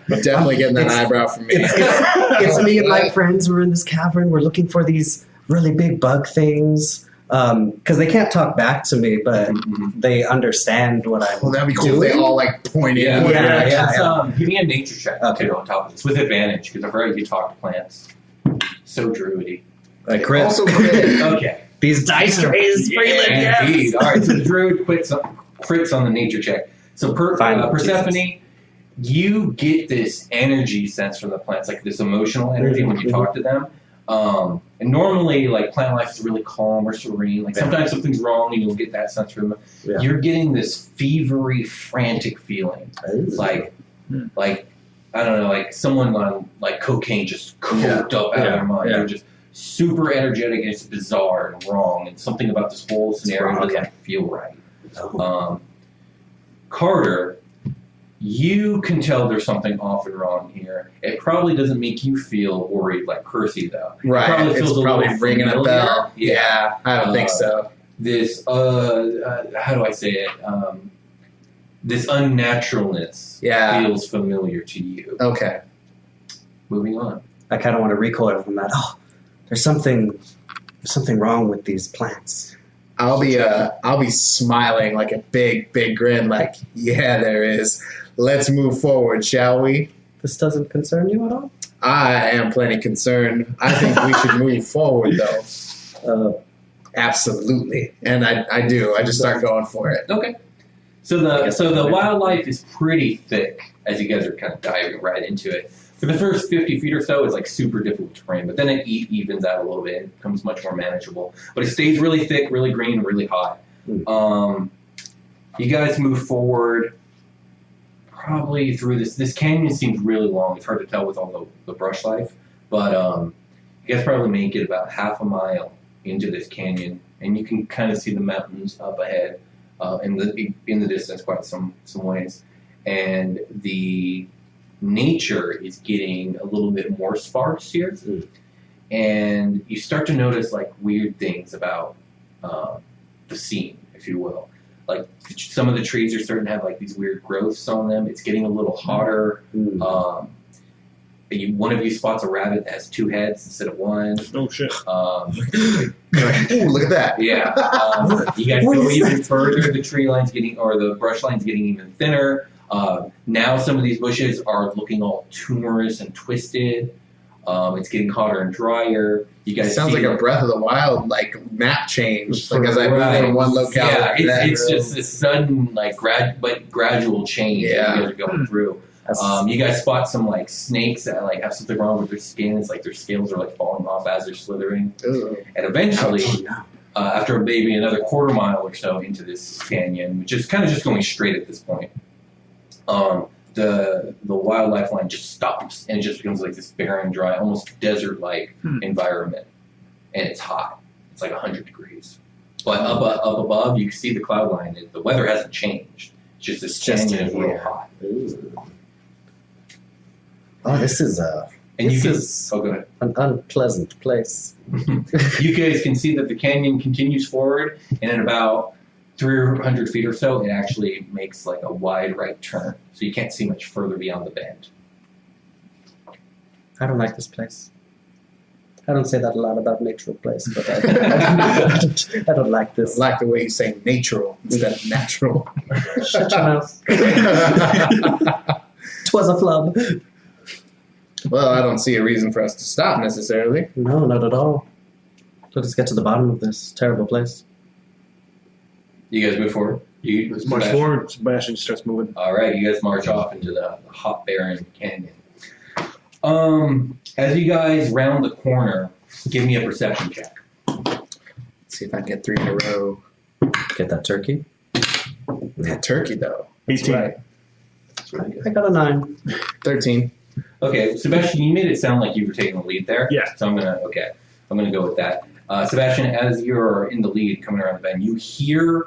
E: Definitely getting that eyebrow from me.
D: It's, it's, it's me and my friends. We're in this cavern. We're looking for these really big bug things. because they can't talk back to me, but they understand what I'm.
E: Well, that'd be cool.
D: doing.
E: if They all like point in.
B: Yeah,
E: one
D: yeah,
E: direction.
D: yeah.
B: It's, um, give me a nature check
D: Okay.
B: too on top of this with advantage because I've heard you talk to plants. So druidy.
D: Uh, Chris,
E: Also crit.
B: Okay.
D: these dice are raised freely.
B: Yeah, indeed. All right. So the druid quits crits on the nature check. So per,
D: Fine,
B: uh, Persephone, you get this energy sense from the plants, like this emotional energy when you talk to them. Um, and normally, like plant life is really calm or serene. Like sometimes something's wrong, and you'll get that sense from them.
D: Yeah.
B: You're getting this fevery, frantic feeling. like
C: Hmm.
B: like I don't know, like someone on like cocaine just coked up out of
D: Yeah.
B: their mind.
D: Yeah.
B: They're just super energetic and it's bizarre and wrong and something about this whole scenario
D: wrong,
B: doesn't feel right. Um, Carter, you can tell there's something off and wrong here. It probably doesn't make you feel worried like Percy though.
E: Right.
B: Probably feels
E: it's
B: a
E: probably
B: little
E: ringing a
B: familiar.
E: bell.
B: Yeah.
E: I don't think
B: Uh,
E: so.
B: This uh, uh how do I say it? Um, this unnaturalness
E: Yeah.
B: feels familiar to you.
E: Okay.
B: Moving on.
D: I kind of want to recoil from that. Oh, there's something, there's something wrong with these plants.
E: I'll be uh I'll be smiling like a big big grin like yeah there is. Let's move forward, shall we?
D: This doesn't concern you at all.
E: I am plenty concerned. I think we should move forward though.
D: Uh,
E: Absolutely. And I, I do. I just start going for it.
B: Okay. So the so the wildlife is pretty thick as you guys are kind of diving right into it. For the first fifty feet or so, it's like super difficult terrain, but then it e- evens out a little bit. It becomes much more manageable, but it stays really thick, really green, really hot.
D: Mm.
B: Um, you guys move forward. Probably through this. This canyon seems really long. It's hard to tell with all the, the brush life, but um, you guys probably make it about half a mile into this canyon, and you can kind of see the mountains up ahead uh, in the in the distance quite some some ways, and the nature is getting a little bit more sparse here,
D: Mm.
B: and you start to notice like weird things about um, the scene, if you will. Like some of the trees are starting to have like these weird growths on them. It's getting a little hotter.
D: hmm.
B: Um, you, one of you spots a rabbit that has two heads instead of one.
C: Oh shit!
B: Um,
E: Ooh, look at that.
B: yeah. Um, you guys
D: What
B: go
D: is
B: even further. The tree line's getting, or the brush line's getting even thinner. Um, now some of these bushes are looking all tumorous and twisted. Um, it's getting hotter and drier. You
E: It
B: guys
E: sounds
B: see-
E: like a Breath of the Wild like map change. Like as I move
B: Right.
E: from one locale to
B: Yeah,
E: the
B: it's,
E: next.
B: it's just this sudden, like grad, but gradual change that
E: Yeah.
B: you guys are going through.
D: That's-
B: Um, you guys spot some like snakes that like have something wrong with their skin. It's like their scales are like falling off as they're slithering.
E: Ooh.
B: And eventually,
D: oh, no.
B: uh, after maybe another quarter mile or so into this canyon, which is kind of just going straight at this point, um, the the wildlife line just stops and it just becomes like this barren, dry, almost desert-like
C: Hmm.
B: environment, and it's hot. It's like hundred degrees, but up uh, up above you can see the cloud line. and The weather hasn't changed. It's just this
E: It's just
B: canyon is
E: in
B: real
E: here.
B: hot,
D: Ooh. Oh, this is a
B: and
D: this
B: you can.
D: is
B: Oh, go ahead.
D: an unpleasant place.
B: Mm-hmm. you guys can see that the canyon continues forward, and in about 300 feet or so, it actually makes like a wide right turn. So you can't see much further beyond the bend.
D: I don't like this place. I don't say that a lot about natural place, but I, I, don't, I don't like this.
E: like the way you say natural instead of natural.
D: Shut your mouth. Twas a flub.
E: well, I don't see a reason for us to stop necessarily.
D: No, not at all. Let us get to the bottom of this terrible place.
B: You guys move forward. You
C: March
B: Sebastian.
C: forward, Sebastian starts moving.
B: All right, you guys march off into the, the hot barren canyon. Um, as you guys round the corner, give me a perception check.
E: Let's see if I can get three in a row.
D: Get that turkey.
E: Yeah, turkey though.
C: Eighteen.
E: Right.
D: I, I got a nine.
E: Thirteen.
B: Okay, Sebastian, you made it sound like you were taking the lead there.
C: Yeah.
B: So I'm gonna okay, I'm gonna go with that. Uh, Sebastian, as you're in the lead, coming around the bend, you hear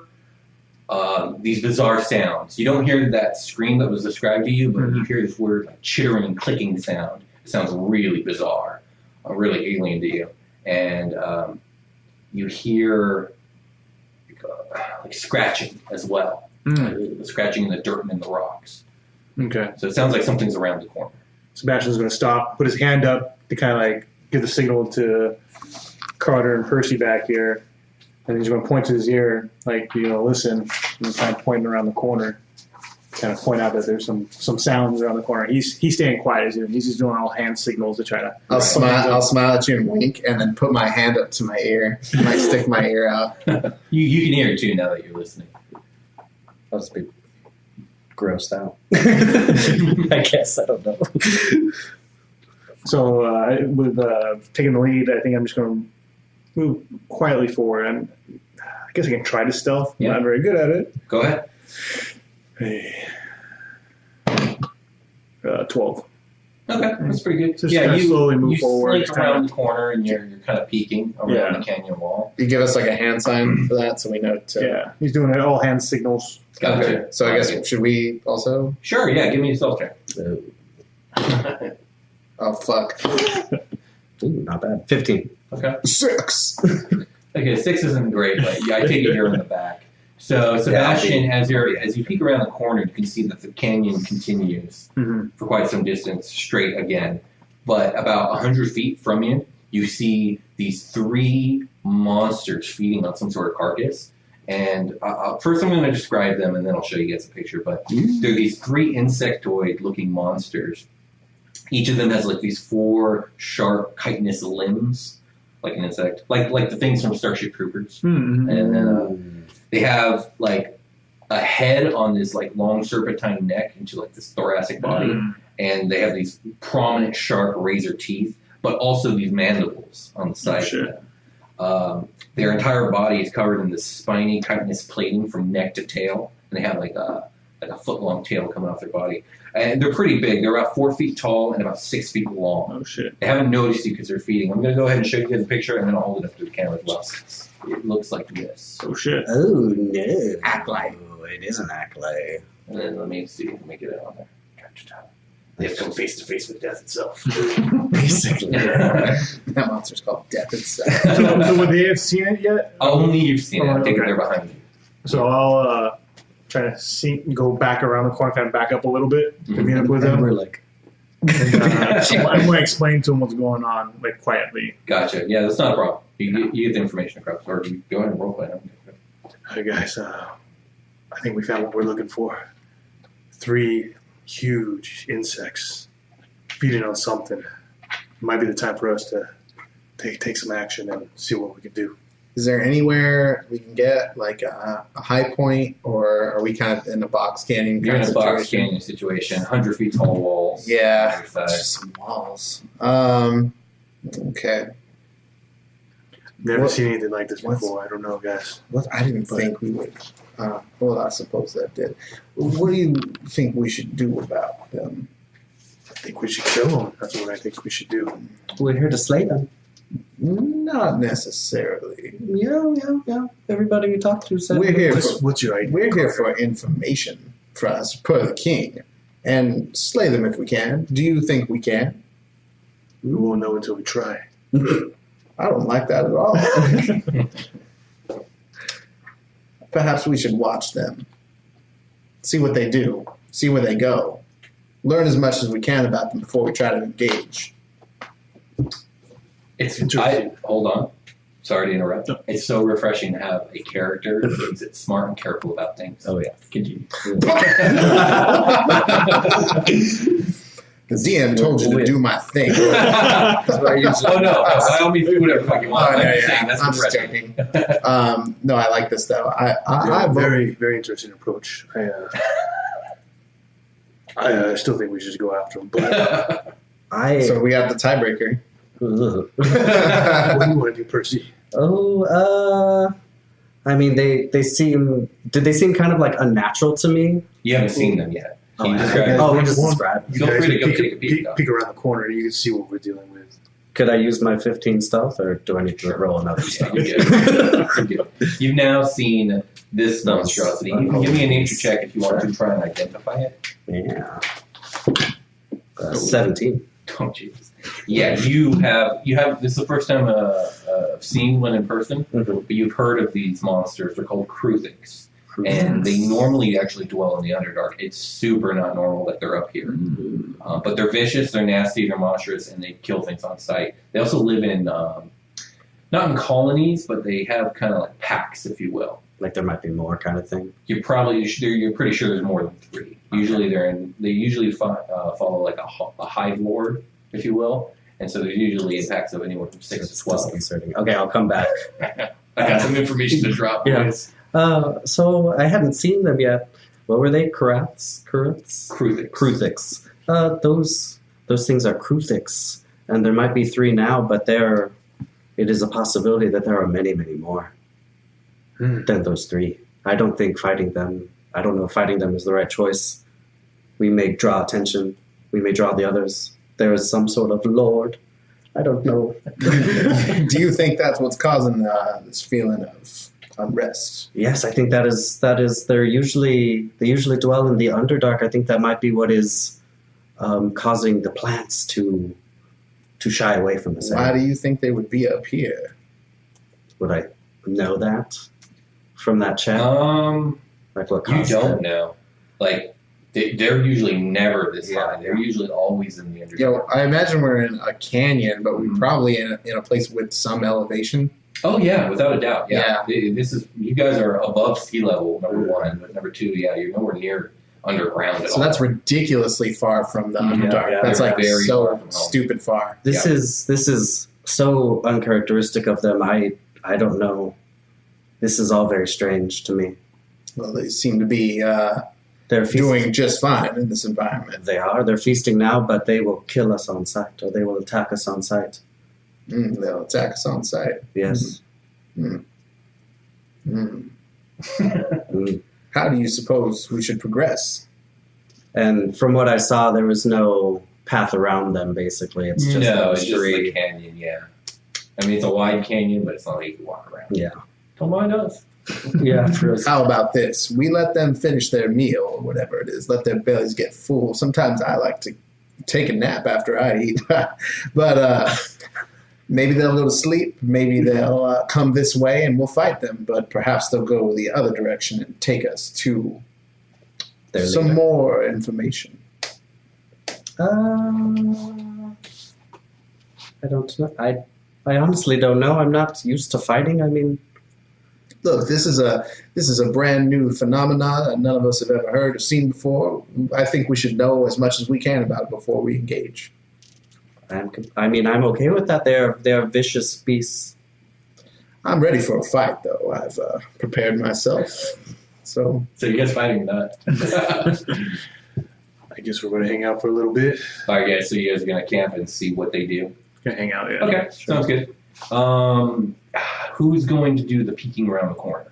B: uh, these bizarre sounds. You don't hear that scream that was described to you, but you hear this weird like, chittering and clicking sound. It sounds really bizarre, uh, really alien to you, and um, you hear uh, like scratching as well, the scratching in the dirt and in the rocks.
C: Mm, Okay.
B: So it sounds like something's around the corner.
C: Sebastian's going to stop, put his hand up to kind of like give the signal to Carter and Percy back here. And he's going to point to his ear, like, you know, listen, and he's kind of pointing around the corner, kind of point out that there's some, some sounds around the corner. He's he's staying quiet as you. He's just doing all hand signals to try to.
E: I'll smile. I'll smile at you and wink, and then put my hand up to my ear. I might stick my ear out.
B: You, you can hear it too now that you're listening.
D: I'll just be grossed out. I guess I don't know.
C: So uh, with uh, taking the lead, I think I'm just going to move quietly forward. I'm, I guess I can try to stealth. but I'm
B: Yeah.
C: not very good at it.
B: Go ahead.
C: Hey. Uh, Twelve.
B: Okay, that's pretty good.
C: Mm. Just
B: yeah,
C: kinda
B: you
C: slowly move
B: you
C: forward.
B: slink around the corner and you're, you're kind of peeking around
C: Yeah.
B: the canyon wall.
E: You give us like a hand
B: Mm.
E: sign for that, so we know to.
C: Yeah, he's doing it all hand signals.
B: Gotcha.
E: Okay. So I guess should we also?
B: Sure. Yeah. Give me a stealth check.
D: Ooh,
E: Oh fuck.
D: not bad. 15.
B: Okay.
E: Six.
B: Okay. Six isn't great, but yeah, I take it you're in the back. So Sebastian, as you as you peek around the corner, you can see that the canyon continues
C: Mhm.
B: for quite some distance straight again. But about hundred feet from you, you see these three monsters feeding on some sort of carcass. And uh, uh, first, I'm going to describe them, and then I'll show you guys a picture. But they're these three insectoid-looking monsters. Each of them has like these four sharp, chitinous limbs, like an insect, like like the things from Starship Troopers.
C: Mhm.
B: And then uh, they have like a head on this like long serpentine neck into like this thoracic body, and they have these prominent, sharp razor teeth, but also these mandibles on the side.
C: Sure.
B: Of them. Um, their entire body is covered in this spiny chitinous plating from neck to tail, and they have like a like a foot long tail coming off their body. And they're pretty big. They're about four feet tall and about six feet long.
C: Oh shit!
B: They haven't noticed you because they're feeding. I'm going to go ahead and show you guys a picture, and then I'll hold it up to the camera as well. It looks like this.
C: Oh shit!
D: Oh, no.
E: Acolyte.
D: Oh, It is an acolyte.
B: And then let me see if I can make it out on there. They have come face to face with death itself.
D: Basically.
E: That monster's called death itself.
C: so, so would they have seen it yet?
B: Only you've seen it. I think
C: Oh, Okay.
B: they're behind you.
C: So I'll uh, try to see, go back around the corner, kind of back up a little bit to meet up with
D: And
C: them.
D: we're like,
C: And, uh, I'm going to explain to them what's going on, like quietly.
B: Gotcha. Yeah, that's not a problem. You, get, you get the information across, or you go ahead and roleplay. I don't care.
C: Hey guys, uh, I think we found what we're looking for. Three huge insects feeding on something. Might be the time for us to take take some action and see what we can do.
E: Is there anywhere we can get like a, a high point, or are we kind of in a box canyon?
B: You're
E: kind
B: in a
E: of
B: box
E: situation?
B: canyon situation, 100 feet tall walls.
E: Yeah.
B: on either side.
E: It's just some walls. Um, okay.
C: Never
E: What-
C: seen anything like this
E: what's-
C: before. I don't know, guys.
E: What I didn't think we would. Uh, well, I suppose that did. What do you think we should do about them?
C: I think we should kill them. That's what I think we should do.
D: we're here to slay them.
E: Not necessarily.
D: Yeah, yeah, yeah. Everybody we talked to said
E: We're here
C: What's,
E: for
C: what's your idea?
E: we're here for information for us per the king, and slay them if we can. Do you think we can?
C: We won't know until we try.
E: I don't like that at all. Perhaps we should watch them, see what they do, see where they go, learn as much as we can about them before we try to engage.
B: It's I,
C: Interesting.
B: hold on. Sorry to interrupt.
C: No.
B: It's so refreshing to have a character who's smart and careful about things.
D: Oh, yeah.
B: Continue.
E: The DM told you to do my thing. That's what I usually-
B: oh no! I always do whatever the fuck you want.
E: Oh,
B: I'm
E: yeah,
B: just
E: yeah,
B: saying that's
E: I'm just
B: refreshing.
E: joking. Um, no, I like this though. I, I, I
C: Yeah,
E: vote,
C: very, very interesting approach. I, uh, I uh, still think we should go after them, but
D: I.
E: so we have the tiebreaker.
C: what do you want to do, Percy?
D: Oh, uh, I mean, they they seem. Did they seem kind of like unnatural to me?
B: you haven't seen them yet. Can you
D: I-
B: describe
C: it?
D: oh, we just
C: One-
D: described.
C: You
B: Feel
C: guys
B: free to go
C: peek,
B: take a peek,
C: peek-
B: though.
C: peek around the corner and you can see what we're dealing with.
D: Could I use my 15 stealth, or do I need to roll another
B: Yeah,
D: stealth?
B: you did. You've now seen this monstrosity. You can give me a nature check if you want to try and identify it.
D: yeah. Uh, 17.
B: Oh Jesus! Yeah, you have you have. This is the first time uh, uh, I've seen one in person,
D: Mhm.
B: but you've heard of these monsters. They're called Kruthiks, and they normally actually dwell in the Underdark. It's super not normal that they're up here, uh, but they're vicious, they're nasty, they're monstrous, and they kill things on sight. They also live in um, not in colonies, but they have kind of like packs, if you will.
D: Like there might be more kind of thing.
B: You're probably you're pretty sure there's more than three. Usually they're in they usually fo- uh, follow like a, ho- a hive lord, if you will, and so there's usually impacts of anywhere from six
D: It's
B: to twelve.
D: disconcerting. Okay, I'll come back.
B: I got some information to drop.
D: Yeah.
B: boys.
D: Uh, so I hadn't seen them yet. What were they? Karats? Karats?
B: Kruthic.
D: Kruthix. Uh, those those things are Kruthix, and there might be three now, but there, it is a possibility that there are many, many more
B: Hmm.
D: than those three. I don't think fighting them. I don't know if fighting them is the right choice. We may draw attention. We may draw the others. There is some sort of lord. I don't know.
E: Do you think that's what's causing uh, this feeling of unrest?
D: Yes, I think that is that is they're usually they usually dwell in the underdark. I think that might be what is um, causing the plants to to shy away from us.
E: Why do you think they would be up here?
D: Would I know that from that chat?
B: Um,
D: like what
B: you
D: caused
B: don't
D: it?
B: know. Like they, they're usually never this
D: Yeah.
B: high. They're usually always in the underground.
E: You know, I imagine we're in a canyon, but we're
B: Mhm.
E: probably in a, in a place with some elevation.
B: Oh yeah, without a doubt. Yeah, Th- this is you guys are above sea level. Number one, but number two, yeah, you're nowhere near underground at
E: So
B: all.
E: that's ridiculously far from the
B: Yeah,
E: Underdark.
D: yeah,
E: that's
B: they're
E: like
B: very
E: so
B: far from home.
E: stupid far.
D: This is this is so uncharacteristic of them. I I don't know. This is all very strange to me.
E: Well, they seem to be uh,
D: They're feasting.
E: doing just fine in this environment.
D: They are. They're feasting now, but they will kill us on sight, or they will attack us on sight.
E: Mm, they'll attack us on sight.
D: Yes.
E: Mm. Mm-hmm.
D: Mm.
E: How do you suppose we should progress?
D: And from what I saw, there was no path around them. Basically, it's just
B: no,
D: those
B: it's just
D: three.
B: a canyon. Yeah, I mean it's a wide canyon, but it's not like you can walk around.
D: Yeah.
B: don't mind us.
D: yeah, for us.
E: How about this? We let them finish their meal or whatever it is. Let their bellies get full. Sometimes I like to take a nap after I eat, but uh, maybe they'll go to sleep. Maybe they'll uh, come this way and we'll fight them. But perhaps they'll go the other direction and take us to
D: Their
E: some
D: leader.
E: more information.
D: Uh, I don't know. I I honestly don't know. I'm not used to fighting. I mean,
E: Look, this is a this is a brand new phenomenon that none of us have ever heard or seen before. I think we should know as much as we can about it before we engage.
D: I'm. com- I mean, I'm okay with that. They're they're vicious beasts.
E: I'm ready for a fight, though. I've uh, prepared myself. So,
B: So you guys fighting that?
C: I guess we're going to hang out for a little bit.
B: all right, guys. So you guys are gonna camp and see what they do.
C: Gonna hang out, yeah.
B: Okay, sounds good. Um, who's going to do the peeking around the corner?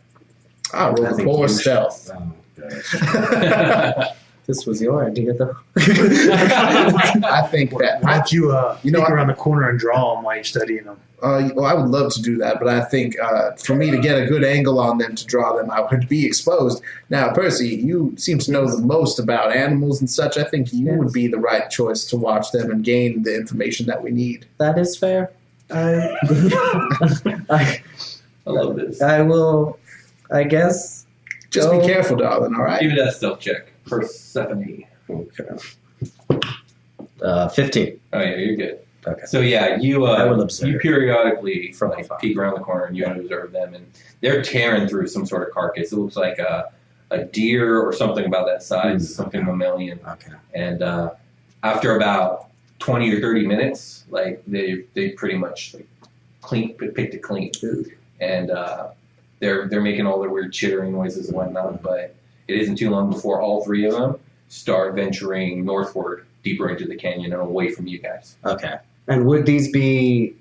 E: I
D: I
E: roll
D: think
E: poor
D: you
E: stealth.
D: Oh, this was your idea, though.
E: I think that
C: Why
E: I,
C: don't you, uh,
E: You
C: you
E: know,
C: know,
E: I-
C: around the corner and draw them while you're studying them?
E: uh, well, I would love to do that, but I think uh, for me to get a good angle on them to draw them, I would be exposed. Now, Percy, you seem to know the most about animals and such. I think you
D: Yes.
E: would be the right choice to watch them and gain the information that we need.
D: That is fair. I, I
B: I love this.
D: I will. I guess
E: Just
D: Oh.
E: be careful, darling. All right.
B: Give me that stealth check. Persephone.
D: Okay. Uh, 15.
B: Oh yeah, you're good.
D: Okay.
B: So yeah, you
D: I will
B: uh,
D: observe.
B: you periodically
D: From
B: like
D: afar.
B: peek around the corner and you observe them, and they're tearing through some sort of carcass. It looks like a a deer or something about that size,
D: Hmm.
B: something mammalian.
D: Okay.
B: And uh, after about twenty or thirty minutes, like they they pretty much like clean picked it clean, and uh, they're they're making all their weird chittering noises and whatnot. But it isn't too long before all three of them start venturing northward, deeper into the canyon and away from you guys.
D: Okay. And would these be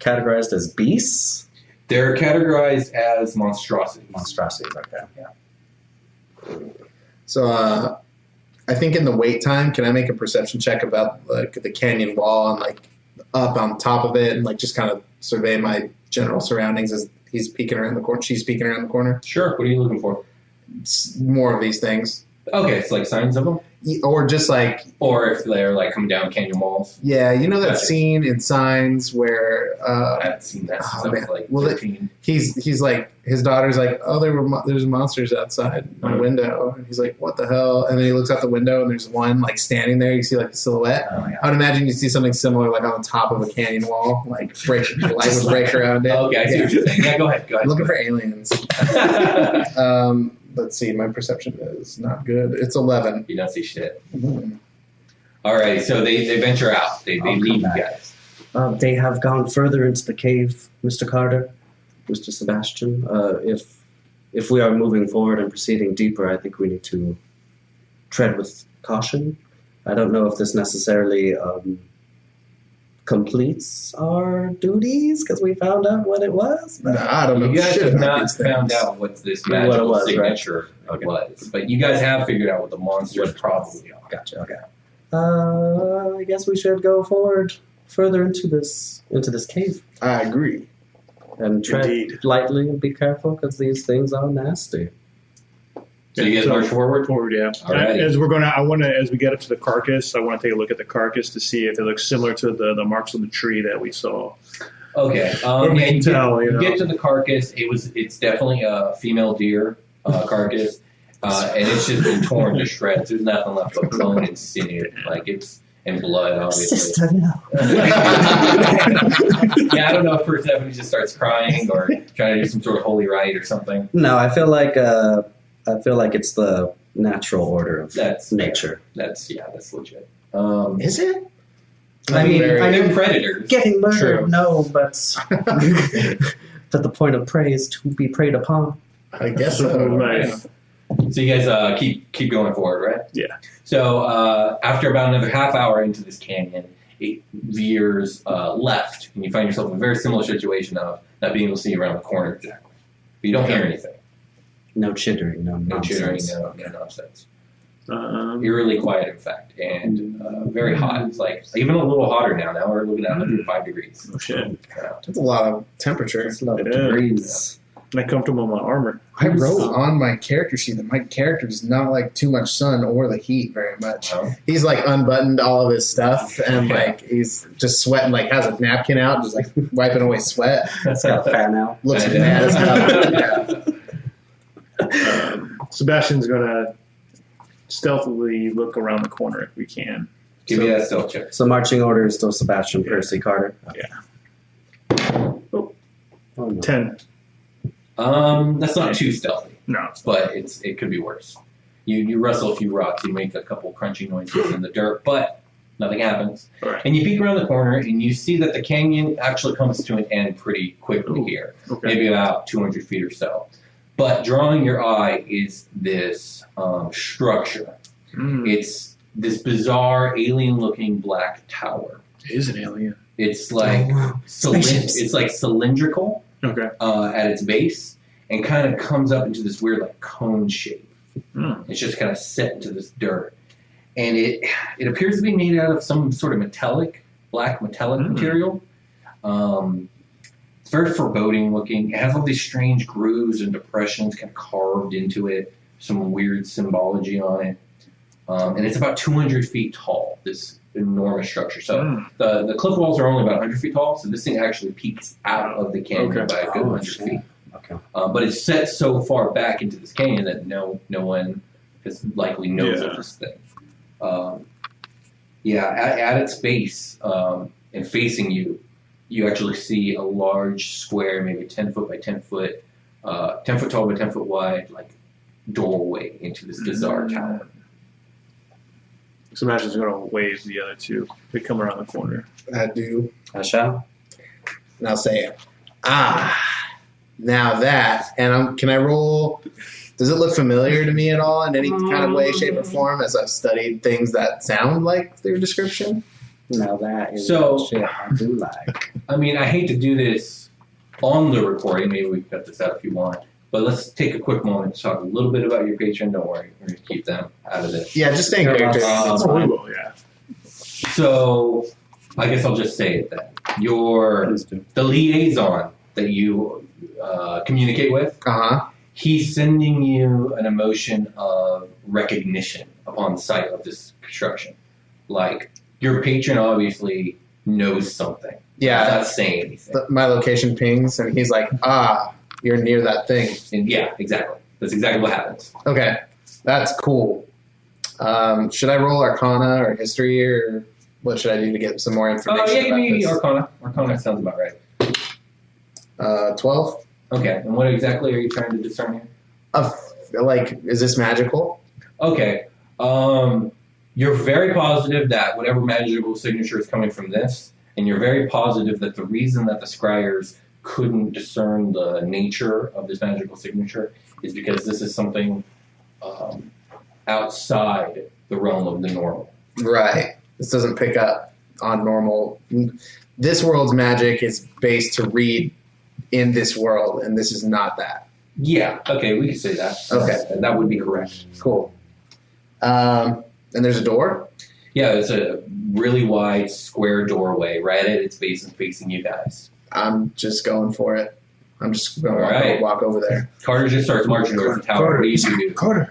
D: categorized as beasts?
B: They're categorized as monstrosities.
D: Monstrosities, okay.
E: So uh, I think in the wait time, can I make a perception check about like the canyon wall and like up on top of it and like just kind of survey my general surroundings as he's peeking around the corner, she's peeking around the corner.
B: Sure. What are you looking for?
E: S more of these things.
B: Okay, it's like signs of them,
E: E- Or just like,
B: or if they're like coming down canyon walls.
E: yeah, you know that
B: Gotcha.
E: scene in Signs where
B: I
E: uh,
B: haven't seen that since
E: Oh,
B: I was
E: man.
B: like
E: Well, it-
B: thirteen.
E: he's he's like his daughter's like, oh, there were mo- there's monsters outside my
B: Mhm.
E: window, and he's like, what the hell? And then he looks out the window and there's one like standing there. You see like a silhouette.
D: Oh, yeah.
E: I would imagine you see something similar like on the top of a canyon wall, like break, light would
D: Just
E: break around it.
B: okay, I see what
E: Yeah.
B: you're saying. Yeah, go ahead. Go ahead.
E: Looking for aliens. Um, let's see. My perception is not good. It's eleven.
B: you don't see shit. Mm-hmm. All right, so they, they venture out. They they
D: I'll
B: leave
D: come
B: you guys.
D: Uh, they have gone further into the cave, Mr. Carter, Mr. Sebastian. Uh, if if we are moving forward and proceeding deeper, I think we need to tread with caution. I don't know if this necessarily um, completes our duties because we found out what it was.
E: Oh, No, I don't know.
B: You guys
E: shit
B: have
E: about
B: not
E: these things.
B: found out what this
D: What it
B: magical
D: was, right?
B: signature
D: Okay.
B: was, but you guys have figured out what the monsters probably are.
D: Gotcha. Okay. Uh, I guess we should go forward further into this into this cave
E: I agree.
D: and tread
C: Indeed.
D: lightly and be careful because these things are nasty.
B: So you guys
C: So-
B: march forward.
C: Forward, yeah.
B: Alrighty.
C: As we're going to, I want to, as we get up to the carcass, I want to take a look at the carcass to see if it looks similar to the, the marks on the tree that we saw.
B: Okay. Um,
C: Or we
B: yeah,
C: can
B: you, get,
C: tell, you
B: you
C: know.
B: get to the carcass. It was. It's definitely a female deer uh, carcass, uh, and it's just been torn to shreds. There's nothing left but bone and sinew, like it's and blood, obviously.
D: no.
B: yeah, I don't know if Persephone just starts crying or trying to do some sort of holy rite or something.
D: No, I feel like uh, I feel like it's the natural order of
B: That's
D: nature.
B: That's yeah, that's legit. Um,
E: Is it?
D: I mean,
E: Very-
D: I
B: they're predators.
D: Getting murdered,
E: True.
D: no, but but the point of prey is to be preyed upon.
E: I guess so.
C: Right.
B: So you guys uh, keep keep going forward, right?
C: Yeah.
B: So uh, after about another half hour into this canyon, it veers uh, left, and you find yourself in a very similar situation of not being able to see around the corner exactly. But you don't hear anything.
D: No chittering, no
B: No
D: nonsense.
B: chittering, no, no nonsense.
C: Um,
B: Eerily quiet, in fact, and uh, very hot. It's like even a little hotter now. Now we're looking at 105 degrees.
C: oh, shit. Am
E: That's a lot of temperature.
D: It's a lot of
C: Yeah.
D: degrees.
C: Not comfortable in my armor.
E: I wrote on my character sheet that my character does not like too much sun or the heat very much.
D: Oh.
B: So,
E: He's like unbuttoned all of his stuff and like he's just sweating, like has a napkin out, just like wiping away sweat.
D: That's how fat now.
E: Looks
B: I know.
E: mad as hell. Yeah.
C: Um, Sebastian's going to stealthily look around the corner if we can.
B: Give me that stealth check.
D: So marching order is still Sebastian Percy Carter.
C: Yeah.
D: Oh. Oh, no.
C: 10.
B: Um, that's not too stealthy.
C: No.
B: but it's it could be worse. You you wrestle a few rocks, you make a couple crunchy noises in the dirt, but nothing happens.
C: Alright.
B: And you peek around the corner and you see that the canyon actually comes to an end pretty quickly
C: Ooh.
B: here,
C: Okay.
B: maybe about 200 feet or so. But drawing your eye is this um, structure.
C: Mm,
B: It's this bizarre alien-looking black tower.
C: it is an alien.
B: It's
D: Oh,
B: like
C: Oh.
D: Spaceships.
B: cylind- it's like cylindrical
C: Okay.
B: uh, at its base and kind of comes up into this weird like cone shape.
C: Hmm.
B: It's just kind of set into this dirt, and it it appears to be made out of some sort of metallic, black metallic
C: Hmm.
B: material. Um, it's very foreboding looking. It has all these strange grooves and depressions kind of carved into it. Some weird symbology on it, um, and it's about 200 feet tall. This enormous structure. So
C: Mm.
B: the the cliff walls are only about 100 feet tall, so this thing actually peaks out of the canyon
C: Okay.
B: by a good
D: Oh,
B: 100
D: shit.
B: feet.
D: Okay.
B: Uh, but it's set so far back into this canyon that no no one has likely knows
C: Yeah.
B: of this thing. Um, yeah, at, at its base um, and facing you, you actually see a large square, maybe 10 foot by 10 foot, uh, 10 foot tall by 10 foot wide, like doorway into
C: Mm.
B: this bizarre tower.
C: Sebastian's going to wave the other two. They come around the corner.
E: I do.
D: I shall.
E: And I'll say it. Ah now that and I'm can I roll does it look familiar to me at all in any kind of way, shape, or
D: Mm.
E: form as I've studied things that sound like their description?
D: Now that is
B: So-
D: shit I do like.
B: I mean, I hate to do this on the recording. Maybe we can cut this out if you want. But let's take a quick moment to talk a little bit about your patron. Don't worry, we're going to keep them out of this.
E: Yeah, just staying
D: Yeah,
E: character.
D: uh,
E: It's
C: oh, we
D: fine.
C: will, yeah.
B: So I guess I'll just say it then. Your
D: Please do.
B: the liaison that you uh, communicate with.
E: Uh huh.
B: he's sending you an emotion of recognition upon the sight of this construction. Like your patron obviously knows something. He's
E: Yeah,
B: not saying anything.
E: th- my location pings, and he's like, "Ah, you're near that thing."
B: and yeah, exactly. That's exactly what happens.
E: Okay, that's cool. Um, should I roll Arcana or History or what should I do to get some more
B: Oh
E: information?
B: yeah, give
E: about
B: me
E: this?
B: Arcana. Arcana sounds about right.
E: Uh, Twelve.
B: Okay, and what exactly are you trying to discern here?
E: Uh, like, is this magical?
B: Okay, um, you're very positive that whatever magical signature is coming from this, and you're very positive that the reason that the scryers couldn't discern the nature of this magical signature is because this is something um, outside the realm of the normal.
E: Right. This doesn't pick up on normal. This world's magic is based to read in this world, and this is not that.
B: Yeah. Okay, we could say that.
E: Okay.
B: that would be correct.
E: Cool. Um, and there's a door.
B: Yeah, it's a really wide square doorway right at its base and facing you guys.
E: I'm just going for it. I'm just going to
B: All right.
E: walk over there.
B: Carter just starts marching towards the tower. What do you do?
F: Carter,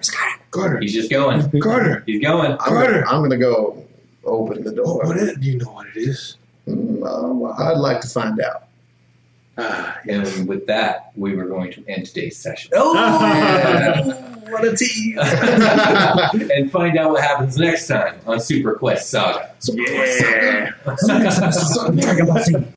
F: Carter,
B: He's just going.
F: Carter.
B: He's going.
E: I'm
F: Carter.
E: gonna- I'm going to go open the
F: Oh,
E: door.
F: what is, you know what it is?
E: Mm, uh, well, I'd like to find out.
F: Ah,
B: And with that, we were going to end today's session.
D: what a tease!
B: and find out what happens next time on Super Quest Saga.
F: yeah. Talk about some